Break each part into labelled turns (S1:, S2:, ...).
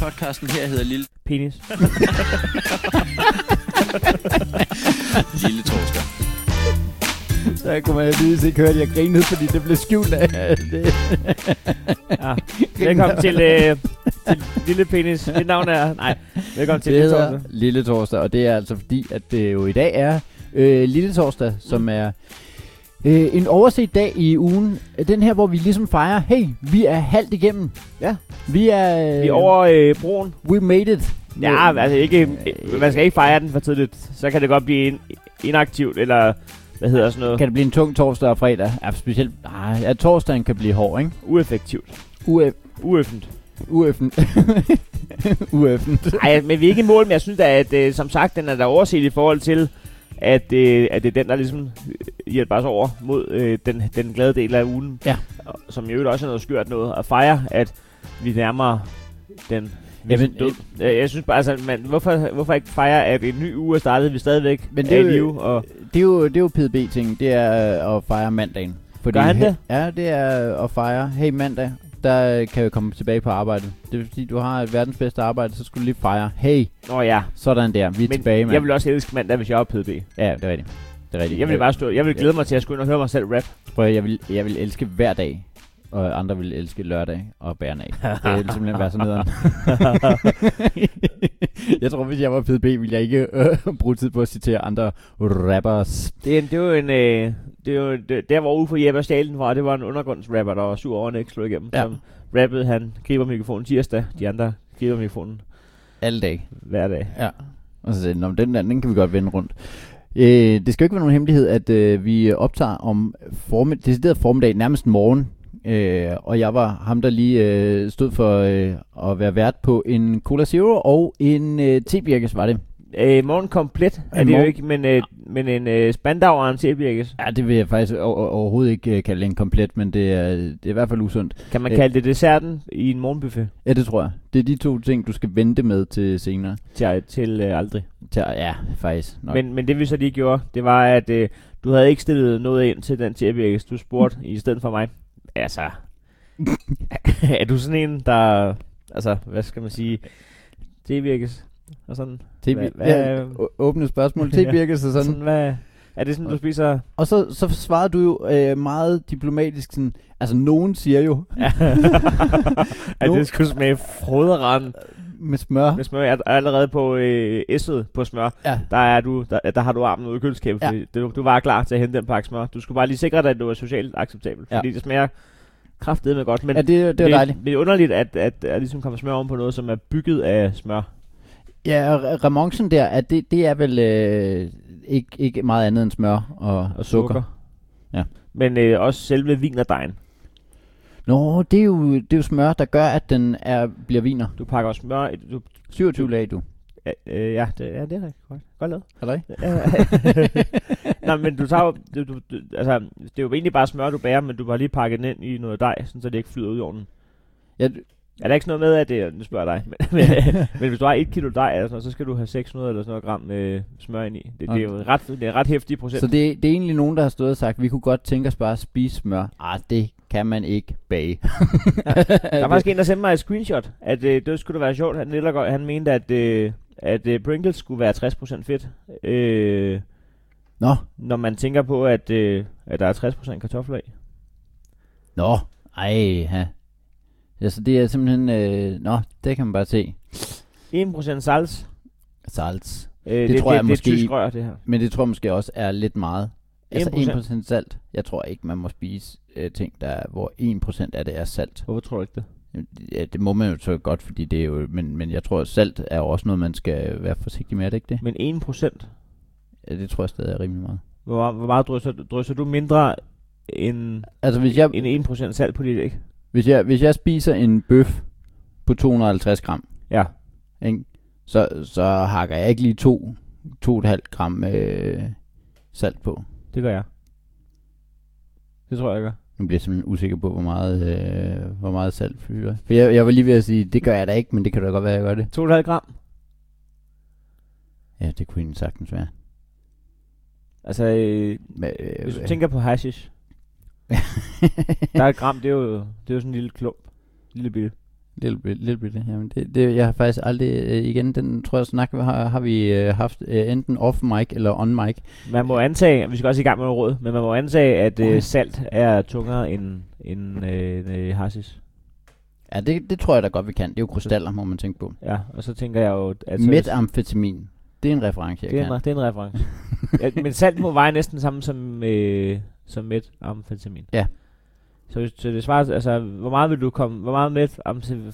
S1: podcasten her hedder Lille,
S2: Penis.
S1: Lille Torsdag.
S3: Så kunne man tydeligvis ikke høre, at jeg grinede, fordi det blev skjult af det.
S2: Ja. Velkommen til, øh, til Lille Penis. Mit navn er... Nej, velkommen til
S3: det
S2: Lille
S3: hedder
S2: Torsdag.
S3: Lille Torsdag, og det er altså fordi, at det jo i dag er øh, Lille Torsdag, som er øh, en overset dag i ugen. Den her, hvor vi ligesom fejrer, hey, vi er halvt igennem. Ja. Vi er... Øh,
S2: Vi er over øh, broen.
S3: We made it.
S2: Ja,
S3: Øh,
S2: altså ikke, man skal ikke fejre den for tidligt. Så kan det godt blive in, inaktivt, eller hvad hedder sådan noget,
S3: Kan det blive en tung torsdag og fredag? Ja, specielt... Nej, ja, torsdagen kan blive hård, ikke?
S2: ueffektivt.
S3: Uef,
S2: Uøffent.
S3: ueffen. ueffen.
S2: Nej, men vi er ikke i mål, men jeg synes da, at øh, som sagt, den er der overset i forhold til, at, øh, at det er den, der ligesom øh, hjælper os over mod øh, den, den glade del af ugen.
S3: Ja.
S2: Og- Som i øvrigt også er noget skørt noget at fejre, at vi nærmer den
S3: Jamen, øh,
S2: død. Jeg, jeg synes bare, altså, man, hvorfor, hvorfor ikke fejre, at en ny uge er startet, vi stadigvæk
S3: Men
S2: men
S3: det
S2: det er
S3: er jo-
S2: i live, og
S3: Det er jo, det er jo PDB-ting, det er øh, at fejre mandagen. Fordi
S2: Gør han det?
S3: He, ja, det er øh, at fejre, hey mandag, der øh, kan jeg komme tilbage på arbejde. Det vil sige, du har et verdens bedste arbejde, så skulle du lige fejre, hey,
S2: Nå ja,
S3: sådan der, vi er
S2: men
S3: tilbage, mand.
S2: jeg vil også elske mandag, hvis jeg er PDB.
S3: Ja, det er rigtigt. Det er rigtigt.
S2: Jeg vil bare stå, jeg vil glæde mig til at skulle ind og høre mig selv rap.
S3: Prøv, at- jeg vil, jeg vil elske hver dag, og andre vil elske lørdag og bæren af. Det vil simpelthen være sådan noget. jeg tror, hvis jeg var PDB, ville jeg ikke øh, bruge tid på at citere andre rappers.
S2: Det, er en- det er jo en... Øh, det er jo, det, der, hvor ude for Jeppe Stalen var, det var en undergrundsrapper, der var sur over, at han ikke slog igennem.
S3: Ja.
S2: Ja. Som rappede, han griber mikrofonen tirsdag, de andre griber mikrofonen
S3: Alle dage.
S2: hver dag.
S3: Ja. Og så sagde den, "Nå, men den der, den kan vi godt vende rundt. Øh, det skal jo ikke være nogen hemmelighed, at øh, vi optager om formid- decideret formiddag, nærmest morgen. Øh, og jeg var ham, der lige øh, stod for øh, at være vært på en Cola Zero og en øh, tebirkes, var det.
S2: Øh, morgen komplet er
S3: En
S2: det jo
S3: morgen-
S2: ikke, men, øh, men en øh, spandau og en tilbirkes.
S3: Ja, det vil jeg faktisk o- o- overhovedet ikke øh, kalde en komplet, men det er, det er i hvert fald usundt.
S2: Kan man
S3: Øh.
S2: kalde det desserten i en morgenbuffet?
S3: Ja, det tror jeg. Det er de to ting, du skal vente med til senere.
S2: Til, til øh, aldrig.
S3: Til, ja, faktisk nok.
S2: Men, men det vi så lige gjorde, det var, at øh, du havde ikke stillet noget ind til den tjerbjergis. Du spurgte i stedet for mig. Altså, er du sådan en, der... Altså, hvad skal man sige? Tjerbjergis og sådan.
S3: Tebi-
S2: hvad-
S3: hvad,
S2: hvad-
S3: ja, å- åbne spørgsmål.
S2: Ja.
S3: Tebirkes og sådan.
S2: sådan hvad, er det sådan, du spiser...
S3: Og så, så svarede du jo øh, meget diplomatisk sådan, altså nogen siger jo
S2: at
S3: Nu-
S2: det skulle smage froderand
S3: med smør.
S2: med smør. Jeg er allerede på øh, S'et på smør.
S3: Ja.
S2: Der, er du, der, der har du armen ude i køleskabet,
S3: Ja.
S2: ja. fordi du, du var klar til at hente den pakke smør. Du skulle bare lige sikre dig, at det var socialt acceptabelt.
S3: Ja.
S2: Fordi det smager kraftedeme godt, men
S3: Ja, det, det var dejligt.
S2: Det er underligt, at, at, at ligesom kommer smør oven på noget, som er bygget af smør.
S3: Ja, og re- remonchen der, at det, det er vel øh, ikke, ikke meget andet end smør og, og sukker. Ja.
S2: Men øh, også selve vinerdejen.
S3: Nå, det er, jo, det er jo smør, der gør, at den er, bliver viner.
S2: Du pakker også smør... i- Du,
S3: 27 lag, du.
S2: ja, øh, ja, det, ja, det er rigtig godt. Godt lavet.
S3: Er der ikke?
S2: Nej, men du tager jo, du, du, du, altså, det er jo egentlig bare smør, du bærer, men du har lige pakket den ind i noget dej, sådan, så det ikke flyder ud i ovnen.
S3: Ja, d-
S2: Er der ikke sådan noget med, at det, nu spørger jeg dig, men, men, øh, men hvis du har et kilo dej, eller sådan noget, så skal du have 600 eller sådan noget gram øh, smør ind i. Det, det, er jo ret, det er ret hæftige procent.
S3: så det, det er egentlig nogen, der har stået og sagt, vi kunne godt tænke os bare at spise smør. Ah, det kan man ikke bage.
S2: Der var faktisk en, der sendte mig et screenshot, at øh, det skulle da være sjovt. Han, Nillergaard, han mente, at, øh, at øh, Pringles skulle være 60% fedt. Øh,
S3: Nå,
S2: når man tænker på, at, øh, at der er 60% kartofler i.
S3: Nå, ej, ha. Ja, så det er simpelthen, øh, nå, det kan man bare se.
S2: 1% sals.
S3: Salt.
S2: Øh, det, det,
S3: tror jeg
S2: det,
S3: måske-
S2: Det er tysk rør, det her.
S3: Men det tror jeg måske også er lidt meget. Altså 1%,
S2: 1%.
S3: salt. Jeg tror ikke, man må spise øh, ting, der, er- hvor 1% af det er salt.
S2: Hvorfor tror du ikke det?
S3: Jamen, Ja, det må man jo så godt, fordi det er jo... Men, men jeg tror, at salt er jo også noget, man skal være forsigtig med, er det ikke det?
S2: Men 1%.
S3: Ja, det tror jeg stadig er rimelig meget.
S2: Hvor, meget- hvor meget drysser, drysser du mindre end,
S3: Altså, hvis jeg,
S2: end 1% salt på dit æg?
S3: hvis jeg, hvis jeg spiser en bøf på 250 gram,
S2: Ja.
S3: ikke? Så, så hakker jeg ikke lige 2, 2,5 gram øh, salt på.
S2: Det gør jeg. Det tror jeg, jeg gør.
S3: Nu bliver jeg simpelthen usikker på, hvor meget, øh, hvor meget salt fylder. For jeg, jeg var lige ved at sige, det gør jeg da ikke, men det kan da godt være, jeg gør det.
S2: 2,5 gram.
S3: Ja, det kunne egentlig sagtens være.
S2: Altså, øh,
S3: Men, øh,
S2: hvis du tænker på hashish, der er et gram, det er jo, det er jo sådan en lille klump. Lille bitte.
S3: Lille, bit- lille bitte, jamen det, det, jeg har faktisk aldrig, øh, igen, den tror jeg snak, har, har vi øh, haft øh, enten off mic eller on mic.
S2: Man må antage, vi skal også i gang med noget råd, men man må antage, at øh, salt er tungere end, end øh, øh, hashish.
S3: Ja, det, det tror jeg da godt, vi kan. Det er jo krystaller, må man tænke på.
S2: Ja, og så tænker jeg jo... At,
S3: Altså, Metamfetamin, det er en reference, jeg
S2: det, er
S3: kan.
S2: en, det er en reference. ja, men salt må veje næsten samme som, øh, som metamfetamin.
S3: Ja.
S2: Så, hvis- så det svarer, altså, hvor meget vil du komme, hvor meget metamfetamin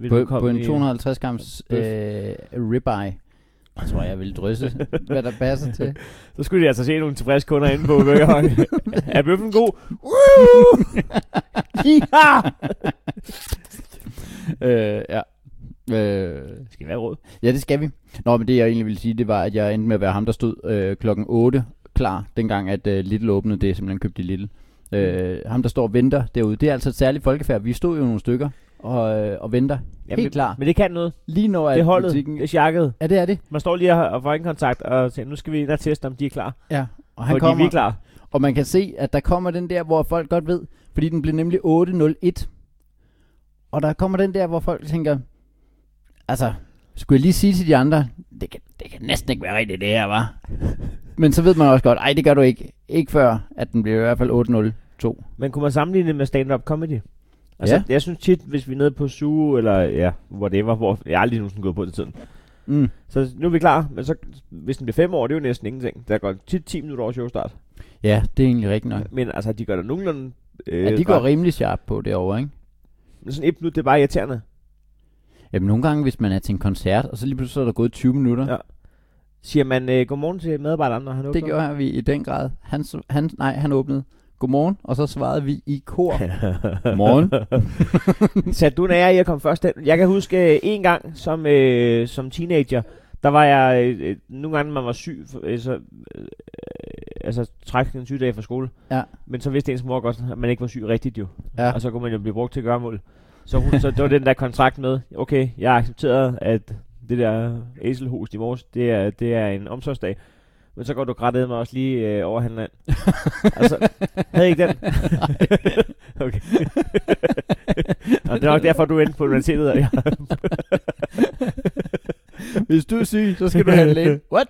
S2: vil du
S3: På,
S2: komme
S3: på en
S2: i-
S3: 250 grams
S2: bøf.
S3: øh, ribeye, jeg tror jeg vil drysse, hvad der passer til.
S2: Så skulle de altså se nogle tilfredse kunder inde på Burger Hong. er bøffen god? Woo! ja!
S3: øh, ja. Øh,
S2: Det skal være råd.
S3: Ja, det skal vi. Nå, men det jeg egentlig ville sige, det var, at jeg endte med at være ham, der stod øh, klokken 8 klar, dengang at øh, Little åbnede, det er simpelthen købt i Little. Øh,
S2: Mm.
S3: ham, der står og venter derude, det er altså et særligt folkefærd. Vi stod jo nogle stykker og, øh, og venter. Helt
S2: men,
S3: klar.
S2: Men det kan noget.
S3: Lige når
S2: Det er
S3: at
S2: holdet.
S3: butikken...
S2: Det er jakket.
S3: Ja, det er det.
S2: Man står lige og, og får en kontakt og siger, nu skal vi ind og teste, om de er klar.
S3: Ja. Og
S2: Han
S3: han
S2: og kommer. de er
S3: kommer,
S2: virkelig klar.
S3: og man kan se, at der kommer den der, hvor folk godt ved, fordi den blev nemlig 8.01. Og der kommer den der, hvor folk tænker, altså, skulle jeg lige sige til de andre, det kan, det kan næsten ikke være rigtigt det her, var. Men så ved man også godt, ej, det gør du ikke. Ikke før, at den bliver i hvert fald
S2: Men kunne man sammenligne det med stand-up comedy? Altså,
S3: Ja.
S2: jeg synes tit, hvis vi er nede på suge, eller ja, whatever, hvor jeg har aldrig nogensinde gået på det tiden.
S3: 8.08. Mm.
S2: Så nu er vi klar, men så, hvis den bliver fem år, det er jo næsten ingenting. Der går tit 10 minutter over showstart.
S3: Ja, det er egentlig rigtigt nok.
S2: Men altså, de gør det nogenlunde... Øh,
S3: Ja, de går
S2: ret.
S3: rimelig sharp på derovre, ikke?
S2: Men sådan et minut, det er bare irriterende.
S3: Jamen nogle gange, hvis man er til en koncert, og så lige pludselig så er der gået 20 minutter.
S2: Ja. Siger man øh, godmorgen til medarbejderen, når han åbner?
S3: Det gjorde vi i den grad. Han, s- han, nej, han åbnede. Godmorgen, og så svarede vi i kor. Morgen.
S2: Satte du en ære i at komme først hen? Jeg kan huske øh, en gang som, øh, som teenager, der var jeg, øh, øh, nogle gange man var syg, f- øh, så, øh, altså træk en sygdag fra skole.
S3: Ja.
S2: Men så vidste ens mor godt, at man ikke var syg rigtigt jo.
S3: Ja.
S2: Og så kunne man jo blive brugt til gørmål. Så, hun, så det var den der kontrakt med, okay, jeg accepterede, at det der æselhost i morges, det er, det er en omsorgsdag. Men så går du grædede mig også lige øh, over Hanland. altså, havde I ikke den? okay. Nå, det er nok derfor, du endte på universitetet. og jeg-
S3: Hvis du er syg, så skal du have en læge. What?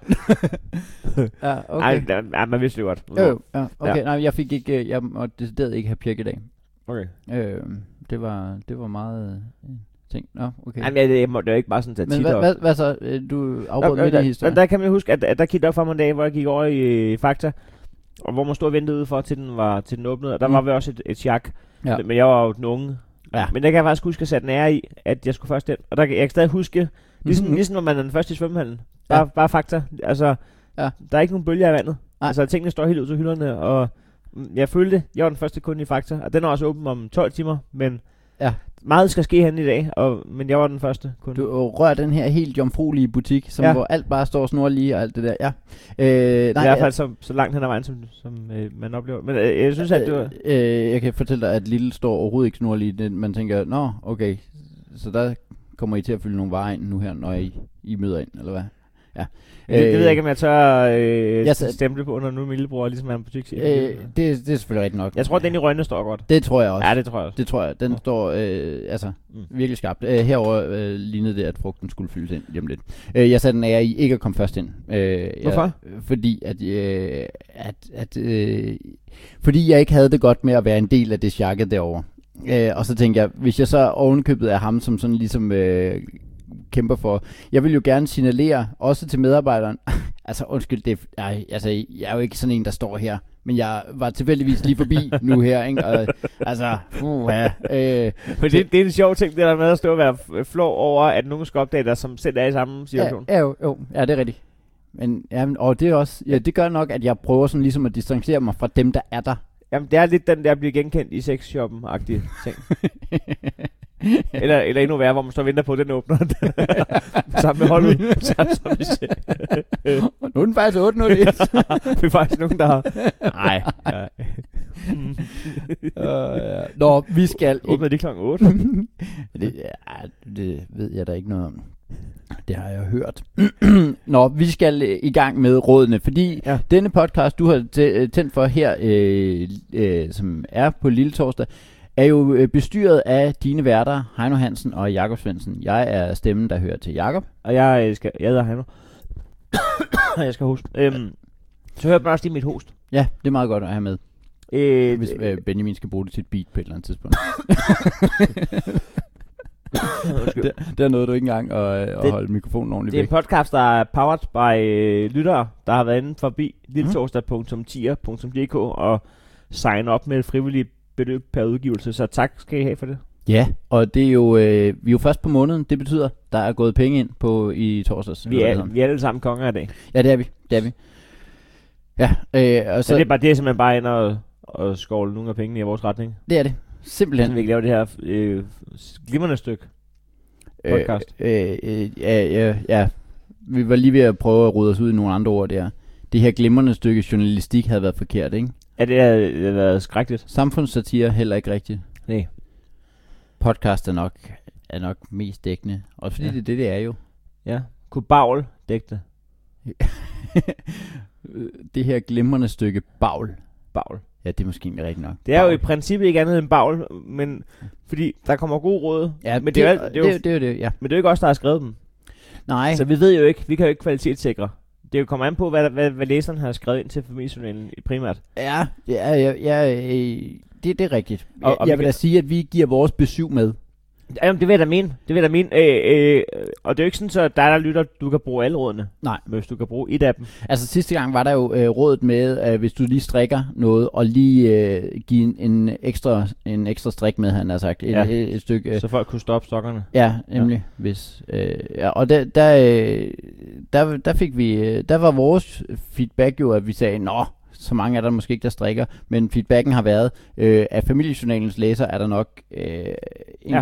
S3: ja, okay.
S2: Ej, nej, man vidste det godt.
S3: Jo, jo, ja, okay,
S2: Ja.
S3: ja. nej, jeg fik ikke, øh, jeg måtte decideret ikke have pirk i dag.
S2: Okay.
S3: Øh, det var, det var meget øh, ting. Nå, okay.
S2: Ej, men jeg, jeg, må, det er jo ikke bare sådan, at
S3: Men hvad, hvad, hvad så? Øh, Du
S2: der,
S3: afbrød midt i
S2: der,
S3: historien.
S2: der, kan man huske, at, at der kiggede op for mig en dag, hvor jeg gik over i øh, Fakta, og hvor man stod og ventede ude for, til den, var, til den åbnede, og der
S3: Mm.
S2: mm. var vi også et, et chak.
S3: Ja.
S2: Ja. Men jeg var jo den unge.
S3: Ja.
S2: Men der kan jeg faktisk huske, at sætte den ære i, at jeg skulle først den. Og der, kan- jeg kan stadig huske, ligesom,
S3: Mhm.
S2: ligesom når man er den første i svømmehallen. Bare,
S3: Ja.
S2: bare fakta. Altså,
S3: Ja.
S2: der er ikke nogen bølger i vandet.
S3: Nej.
S2: Altså, tingene står helt ud til hylderne, og mm, jeg følte, jeg var den første kunde i Fakta, og den er også åben om 12 timer, men
S3: Ja.
S2: meget skal ske hen i dag, og, men jeg var den første kunde.
S3: Du øh, rører den her helt jomfruelige butik, som ja.
S2: Ja.
S3: hvor alt bare står snorlige og alt det der. Ja. Øh, nej,
S2: I hvert
S3: jeg-
S2: fald så, så langt hen ad vejen, som, som øh, man oplever. Men øh, jeg synes, at det var...
S3: Øh, jeg kan fortælle dig, at Lille står overhovedet ikke snorlig. i den. Man tænker, nå, okay, så der kommer I til at fylde nogle varer ind nu her, når I, I møder ind, eller hvad? Ja.
S2: Det, det ved jeg ikke, om jeg tør øh,
S3: jeg
S2: jeg
S3: sad-
S2: stemple på, når nu Millebror ligesom er en butikschef.
S3: Øh, det, det er selvfølgelig rigtigt nok.
S2: jeg tror, at den i Rønne står godt.
S3: Det tror jeg også.
S2: Ja, det tror jeg også.
S3: Det tror jeg. Den står øh, altså
S2: Mm.
S3: virkelig skarpt. Øh, herover øh, lignede det, at frugten skulle fyldes ind lige om lidt. Øh, jeg satte den ære i ikke at komme først ind. Øh,
S2: Hvorfor?
S3: Jeg, fordi at, øh, at, at øh, fordi jeg ikke havde det godt med at være en del af det jakke derovre. Øh, og så tænkte jeg, hvis jeg så ovenkøbet er ham, som sådan ligesom øh, kæmper for. Jeg vil jo gerne signalere, også til medarbejderen, altså undskyld, det er, ej, altså, jeg er jo ikke sådan en, der står her, men jeg var tilfældigvis lige forbi nu her, ikke? Og, altså, uh, øh,
S2: Men det, det er en sjov ting, det der med at stå og være f- øh, flov over, at nogen skal opdage dig, som selv er i samme
S3: ja,
S2: situation.
S3: ja, jo, jo, ja, det er rigtigt. Men, ja, men, og det er også, ja, det gør nok, at jeg prøver sådan ligesom at distancere mig fra dem, der er der.
S2: Jamen, det er lidt den der blive genkendt i sexshoppen-agtige ting. eller, eller endnu værre, hvor man står og venter på, at den åbner. Sammen med holdet. Sammen som vi ser.
S3: nu er den faktisk 801.
S2: Vi er faktisk nogen, der har... Nej. Ja.
S3: uh, ja. Nå, vi skal ikke
S2: Åbner de klokken 8?
S3: Mm. det, ja, det ved jeg da ikke noget om. Det har jeg hørt. Nå, vi skal øh, i gang med rådene, fordi ja.
S2: Ja.
S3: denne podcast, du har tæ- øh, tændt for her, øh, øh, som er på Lille Torsdag, er jo øh, bestyret af dine værter, Heino Hansen og Jakob Svendsen. Jeg er stemmen, der hører til Jakob.
S2: Og jeg øh, skal... Jeg hedder Heino. Og jeg skal hoste. Øhm, så hører man også lige mit host.
S3: Ja, det er meget godt at have med,
S2: Øh,
S3: hvis
S2: øh,
S3: øh, Benjamin skal bruge det til et beat på et eller andet tidspunkt.
S2: undskyld.
S3: der, der nåede du ikke engang at, øh, at
S2: Det-
S3: holde mikrofonen ordentligt
S2: Det er en
S3: væk.
S2: podcast, der er powered by øh, lyttere, der har været inde forbi lilletorsdag.tier.dk og sign op med et frivilligt beløb per udgivelse. Så tak skal I have for det.
S3: Ja, og det er jo, øh, vi er jo først på måneden. Det betyder, der er gået penge ind på i torsdags.
S2: Vi
S3: eller hvad det
S2: er,
S3: hedder.
S2: vi er alle sammen konger i dag. Så,
S3: Ja, det er vi. Det er vi. Ja, øh, og så,
S2: så det, er bare, det er simpelthen bare ind og, og skovle nogle af pengene i vores retning.
S3: det er det.
S2: Så
S3: Simpelthen.
S2: vi kan lave det her øh, glimrende stykke. podcast.
S3: Øh, øh, øh, ja, ja, ja, vi var lige ved at prøve at rode os ud i nogle andre ord der. Det her glimrende stykke journalistik havde været forkert, ikke?
S2: Ja, det har det har været skrækkeligt.
S3: Samfundssatire heller ikke rigtigt.
S2: Nej.
S3: Podcast er nok, er nok mest dækkende. Også fordi
S2: Ja.
S3: ja. det er det, det er jo.
S2: Ja. Kunne Bagl dække det?
S3: Øh, det her glimrende stykke bagl.
S2: Bagl.
S3: Ja, det er måske egentlig rigtigt nok.
S2: Det er jo i
S3: Bagl.
S2: princippet ikke andet end Bagl, men fordi der kommer gode råd.
S3: Ja,
S2: men det, er, jo alt- det, er jo,
S3: det, det, er jo det, ja.
S2: men det er jo ikke os, der har skrevet dem.
S3: Nej,
S2: Så vi ved jo ikke, vi kan jo ikke kvalitetssikre. Det kommer an på, hvad, hvad, hvad læseren har skrevet ind til familiejournalen primært.
S3: ja, ja, ja, ja øh, det, det er rigtigt.
S2: Og-
S3: Og,
S2: og
S3: og
S2: vi
S3: jeg vil
S2: kan-
S3: da sige, at vi giver vores besøg med.
S2: Jamen, det vil jeg da mene. Det vil jeg da mene. Øh, øh, og det er jo ikke sådan, så dig, der lytter, du kan bruge alle rådene.
S3: Nej.
S2: Men hvis du kan bruge et af dem.
S3: Altså sidste gang var der jo øh, rådet med, at hvis du lige strikker noget, og lige øh, give en, en, ekstra, en ekstra strik med, han har sagt. Et,
S2: Ja.
S3: ja. et, et stykke... Øh,
S2: Så folk kunne stoppe stokkerne.
S3: ja, nemlig. Ja. Hvis, øh, ja, og der, der, øh, der, der, fik vi, øh, der var vores feedback jo, at vi sagde, nå, så mange er der måske ikke, der strikker, men feedbacken har været, øh, at familiejournalens læser er der nok øh, en,
S2: Ja.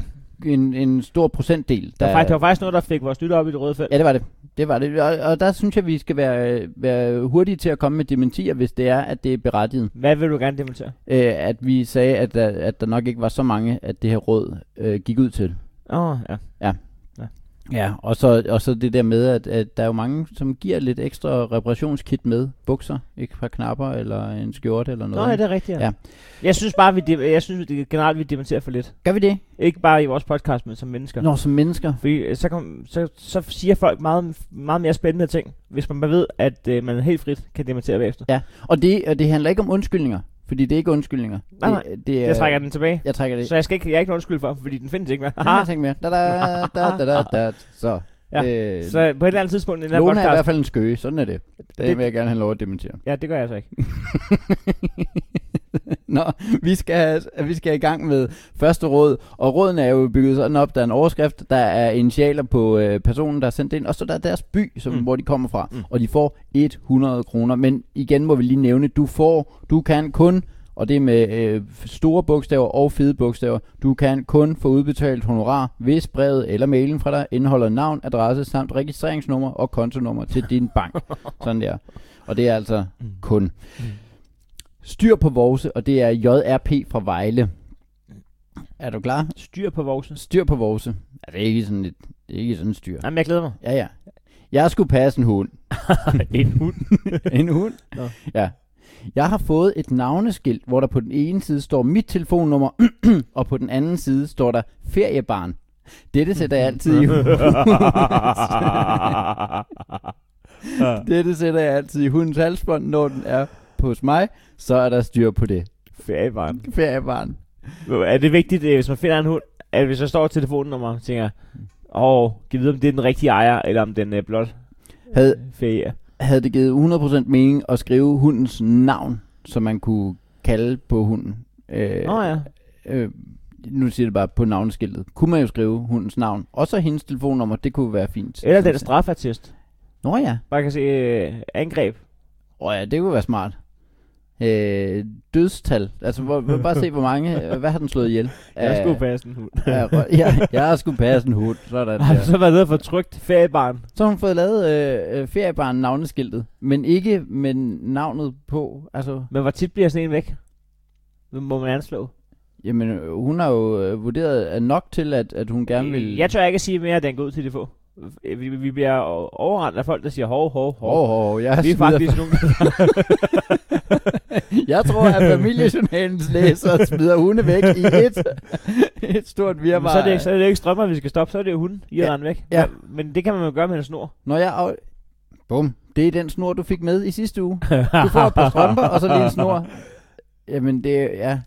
S3: ja. en, en stor procentdel,
S2: Der,
S3: der,
S2: var faktisk, der var faktisk noget, der fik vores lytter op i det røde felt.
S3: Ja, det var det. Det var det. Og, og der synes jeg, vi skal være, være hurtige til at komme med dementier, hvis det er, at det er berettiget.
S2: Hvad vil du gerne demontere?
S3: Øh, at vi sagde, at der, at der nok ikke var så mange, at det her råd øh, gik ud til.
S2: Åh, oh, ja.
S3: Ja, og så, og så det der med, at, at der er jo mange, som giver lidt ekstra reparationskit med. Bukser, et par knapper eller en skjorte eller
S2: Nå,
S3: noget.
S2: ja, det er rigtigt, ja.
S3: Ja.
S2: Jeg synes bare, vi, de- jeg synes det, generelt, vi demonterer for lidt.
S3: Gør vi det?
S2: Ikke bare i vores podcast, men som mennesker.
S3: Når som mennesker.
S2: Fordi øh, så, kom, så, så siger folk meget, meget mere spændende ting, hvis man bare ved, at øh, man helt frit kan demontere bagefter.
S3: Og det, og det handler ikke om undskyldninger, fordi det er ikke undskyldninger.
S2: Nej, nej.
S3: Det, det er,
S2: Jeg trækker den tilbage.
S3: Jeg trækker det.
S2: Så jeg, skal ikke, jeg er ikke nogen skyld for, fordi den findes ikke mere.
S3: Den har jeg tænkt mere. Da, da, da, da, da, da. Så.
S2: Ja,
S3: øh,
S2: så på et eller andet tidspunkt i den her
S3: Lone er i
S2: podcast...
S3: hvert fald en skøge, sådan er det. Den
S2: Det-
S3: det... vil jeg gerne have lov at dementere.
S2: Ja, det gør jeg altså ikke.
S3: Nå, vi skal, vi skal i gang med første råd, og rådene er jo bygget sådan op, der er en overskrift, der er initialer på øh, personen, der er sendt ind, og så der er deres by, som,
S2: Mm.
S3: mm. hvor de kommer fra,
S2: Mm.
S3: mm. og de får 100 kroner. Men igen må vi lige nævne, du får, du kan kun, og det er med øh, store bogstaver og fede bogstaver, du kan kun få udbetalt honorar, hvis brevet eller mailen fra dig indeholder navn, adresse samt registreringsnummer og kontonummer til din bank. Sådan der. Og det er altså kun. Styr på Vovse, og det er JRP fra Vejle. Er du klar?
S2: Styr på voksen.
S3: Styr på Vovse. Er det er ikke sådan et, det er ikke sådan et styr.
S2: Jamen, jeg glæder mig.
S3: Ja, ja. Jeg skulle passe en hund.
S2: en hund.
S3: En hund?
S2: Nå.
S3: Ja. Jeg har fået et navneskilt, hvor der på den ene side står mit telefonnummer, og på den anden side står der feriebarn. Dette sætter jeg altid i Dette sætter jeg altid i hundens halsbånd, når den er hos mig, så er der styr på det.
S2: Feriebarn.
S3: Feriebarn.
S2: Er det vigtigt, øh, hvis man finder en hund, at hvis jeg står telefonnummer og tænker, åh, giv vide, om det er den rigtige ejer, eller om den øh, blot
S3: Havde,
S2: ferie.
S3: havde det givet 100% mening at skrive hundens navn, så man kunne kalde på hunden? Øh,
S2: Nå ja.
S3: øh, nu siger det bare på navneskiltet. Kunne man jo skrive hundens navn, og så hendes telefonnummer, det kunne være fint.
S2: Eller den strafattest.
S3: Nå ja,
S2: Bare kan se øh, angreb.
S3: Åh ja, det kunne være smart. Øh, dødstal. Altså, hvor, hvor- bare se, hvor mange... Hvad har den slået ihjel?
S2: Jeg
S3: Af-
S2: skulle passe en hund.
S3: af rø- ja, jeg har sgu passe en hund. Sådan
S2: Har
S3: der.
S2: du så været nede for trygt feriebarn?
S3: Så har hun fået lavet øh, øh, feriebarn navneskiltet, men ikke med navnet på. Altså,
S2: Men hvor tit bliver sådan en væk? Hvem må man anslå?
S3: jamen, øh, hun har jo øh, vurderet øh, nok til, at, at hun gerne vil...
S2: Jeg tør ikke at sige mere, at den går ud til de få. øh, vi, vi bliver overrendt af folk, der siger hov, hov, hov.
S3: Åh, oh, oh, jeg
S2: vi er
S3: smider-
S2: faktisk nogle,
S3: Jeg tror, at familiejournalens læser smider hunde væk i et, et stort
S2: Jamen,
S3: virvar.
S2: så, er det, ikke- så er det ikke strømmer, vi skal stoppe, så er det jo hunden, I
S3: Ja,
S2: ja. væk.
S3: ja.
S2: Men, men det kan man jo gøre med en snor.
S3: Når jeg... Af... Bum. Det er den snor, du fik med i sidste uge. Du får et par strømper, og så lige en snor. Jamen, det er... Ja.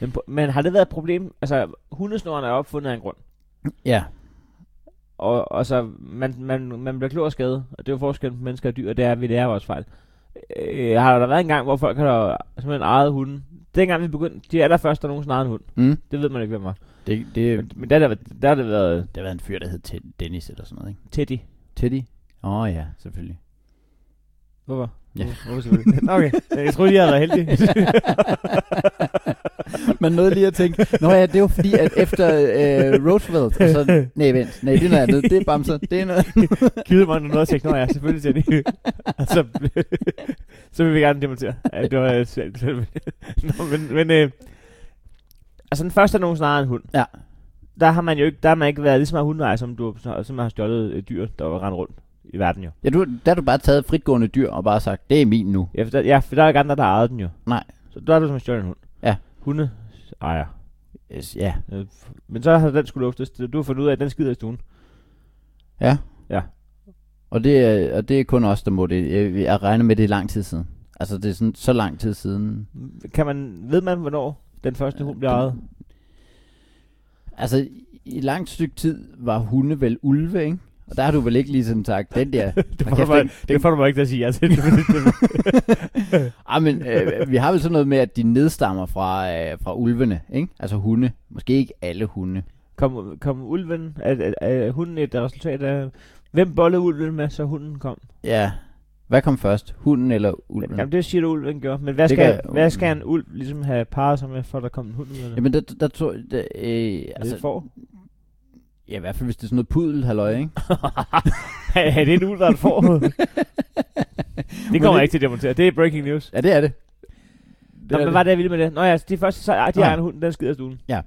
S2: Men, på- men har det været et problem? Altså, hundesnoren er opfundet af en grund.
S3: ja.
S2: Og, og så, man, man, man bliver klog og skadet, og det er jo forskellen på mennesker og dyr, og det er, at vi lærer vores fejl. Øh, har der været en gang, hvor folk har simpelthen ejet hunden? Dengang vi begyndte, de allerførste, der nogensinde ejede en hund.
S3: Mm.
S2: Det ved man ikke, hvem var.
S3: Det, det,
S2: Men, men der, har det været- der har det været
S3: der var en fyr, der hed Ted- Dennis eller sådan noget, ikke?
S2: Teddy.
S3: Teddy? Åh oh, ja, selvfølgelig.
S2: Hvorfor?
S3: Ja.
S2: Hvor- Hvorfor selvfølgelig? Nå, okay, jeg troede, jeg havde været heldig.
S3: Man nåede lige at tænke, nå ja, det er jo fordi, at efter altså, øh, Roosevelt, og så, nej vent, nej det er noget andet, det er Bamser, det er noget
S2: Givet mig noget og tænkte, nå ja, selvfølgelig Teddy. og så, så vil vi gerne demontere. Ja, det var øh, selv. selv- Nå, men, men øh, altså den første, der nogensinde ejede en hund,
S3: Ja.
S2: der har man jo ikke, der har man ikke været lige så meget hundeejer, som, du, som man har stjålet øh, dyr, der var rendt rundt i verden jo.
S3: Ja, du, der har du bare taget fritgående dyr og bare sagt, det er min nu.
S2: Ja, for der, ja, for der er ikke andre, der ejede den jo.
S3: Nej.
S2: Så der er du som at stjålet en hund.
S3: Ja.
S2: Hunde ejer.
S3: Yes, ja.
S2: Øh, f- Men så har den skulle luftes. Du har fundet ud af, at den skider i stuen.
S3: Ja.
S2: Ja.
S3: Og det, er, og det er kun os, der må det. Jeg, jeg regner med, det er lang tid siden. Altså, det er sådan, så lang tid siden.
S2: Kan man, ved man, hvornår den første hund bliver ejet?
S3: Altså, i- i langt stykke tid var hunde vel ulve, ikke? Og der har du vel ikke ligesom sagt, den der...
S2: Det
S3: Hold
S2: får, du
S3: kæft,
S2: mig,
S3: den-
S2: det, det får du mig ikke til at sige altså. ja til.
S3: Ah, men øh, vi har vel sådan noget med, at de nedstammer fra, øh, fra ulvene, ikke? Altså hunde. Måske ikke alle hunde.
S2: kom, kom ulven, er, er, er hunden et resultat af... Hvem bollede ulven med, så hunden kom?
S3: Ja. Hvad kom først? Hunden eller
S2: Ulven.
S3: ulven?
S2: Jamen, det siger du, ulven gjorde. Men hvad
S3: Det
S2: skal,
S3: gør-
S2: hvad skal en ulv ligesom have parret sig med, for at der kom en hund ud af det?
S3: Jamen, der, der tror jeg... Der, øh,
S2: er det et
S3: altså,
S2: får?
S3: ja, i hvert fald, hvis det er sådan noget pudel, halløj, ikke?
S2: er det en ulv, der er et får? det kommer
S3: det-
S2: jeg ikke til at demontere. Det er breaking news.
S3: Ja, det er det.
S2: Nå, men var det, jeg ville med det? Nå ja, altså, de første, så ej, de
S3: Nå ja.
S2: ejer en hund, den skider i stuen.
S3: Ja.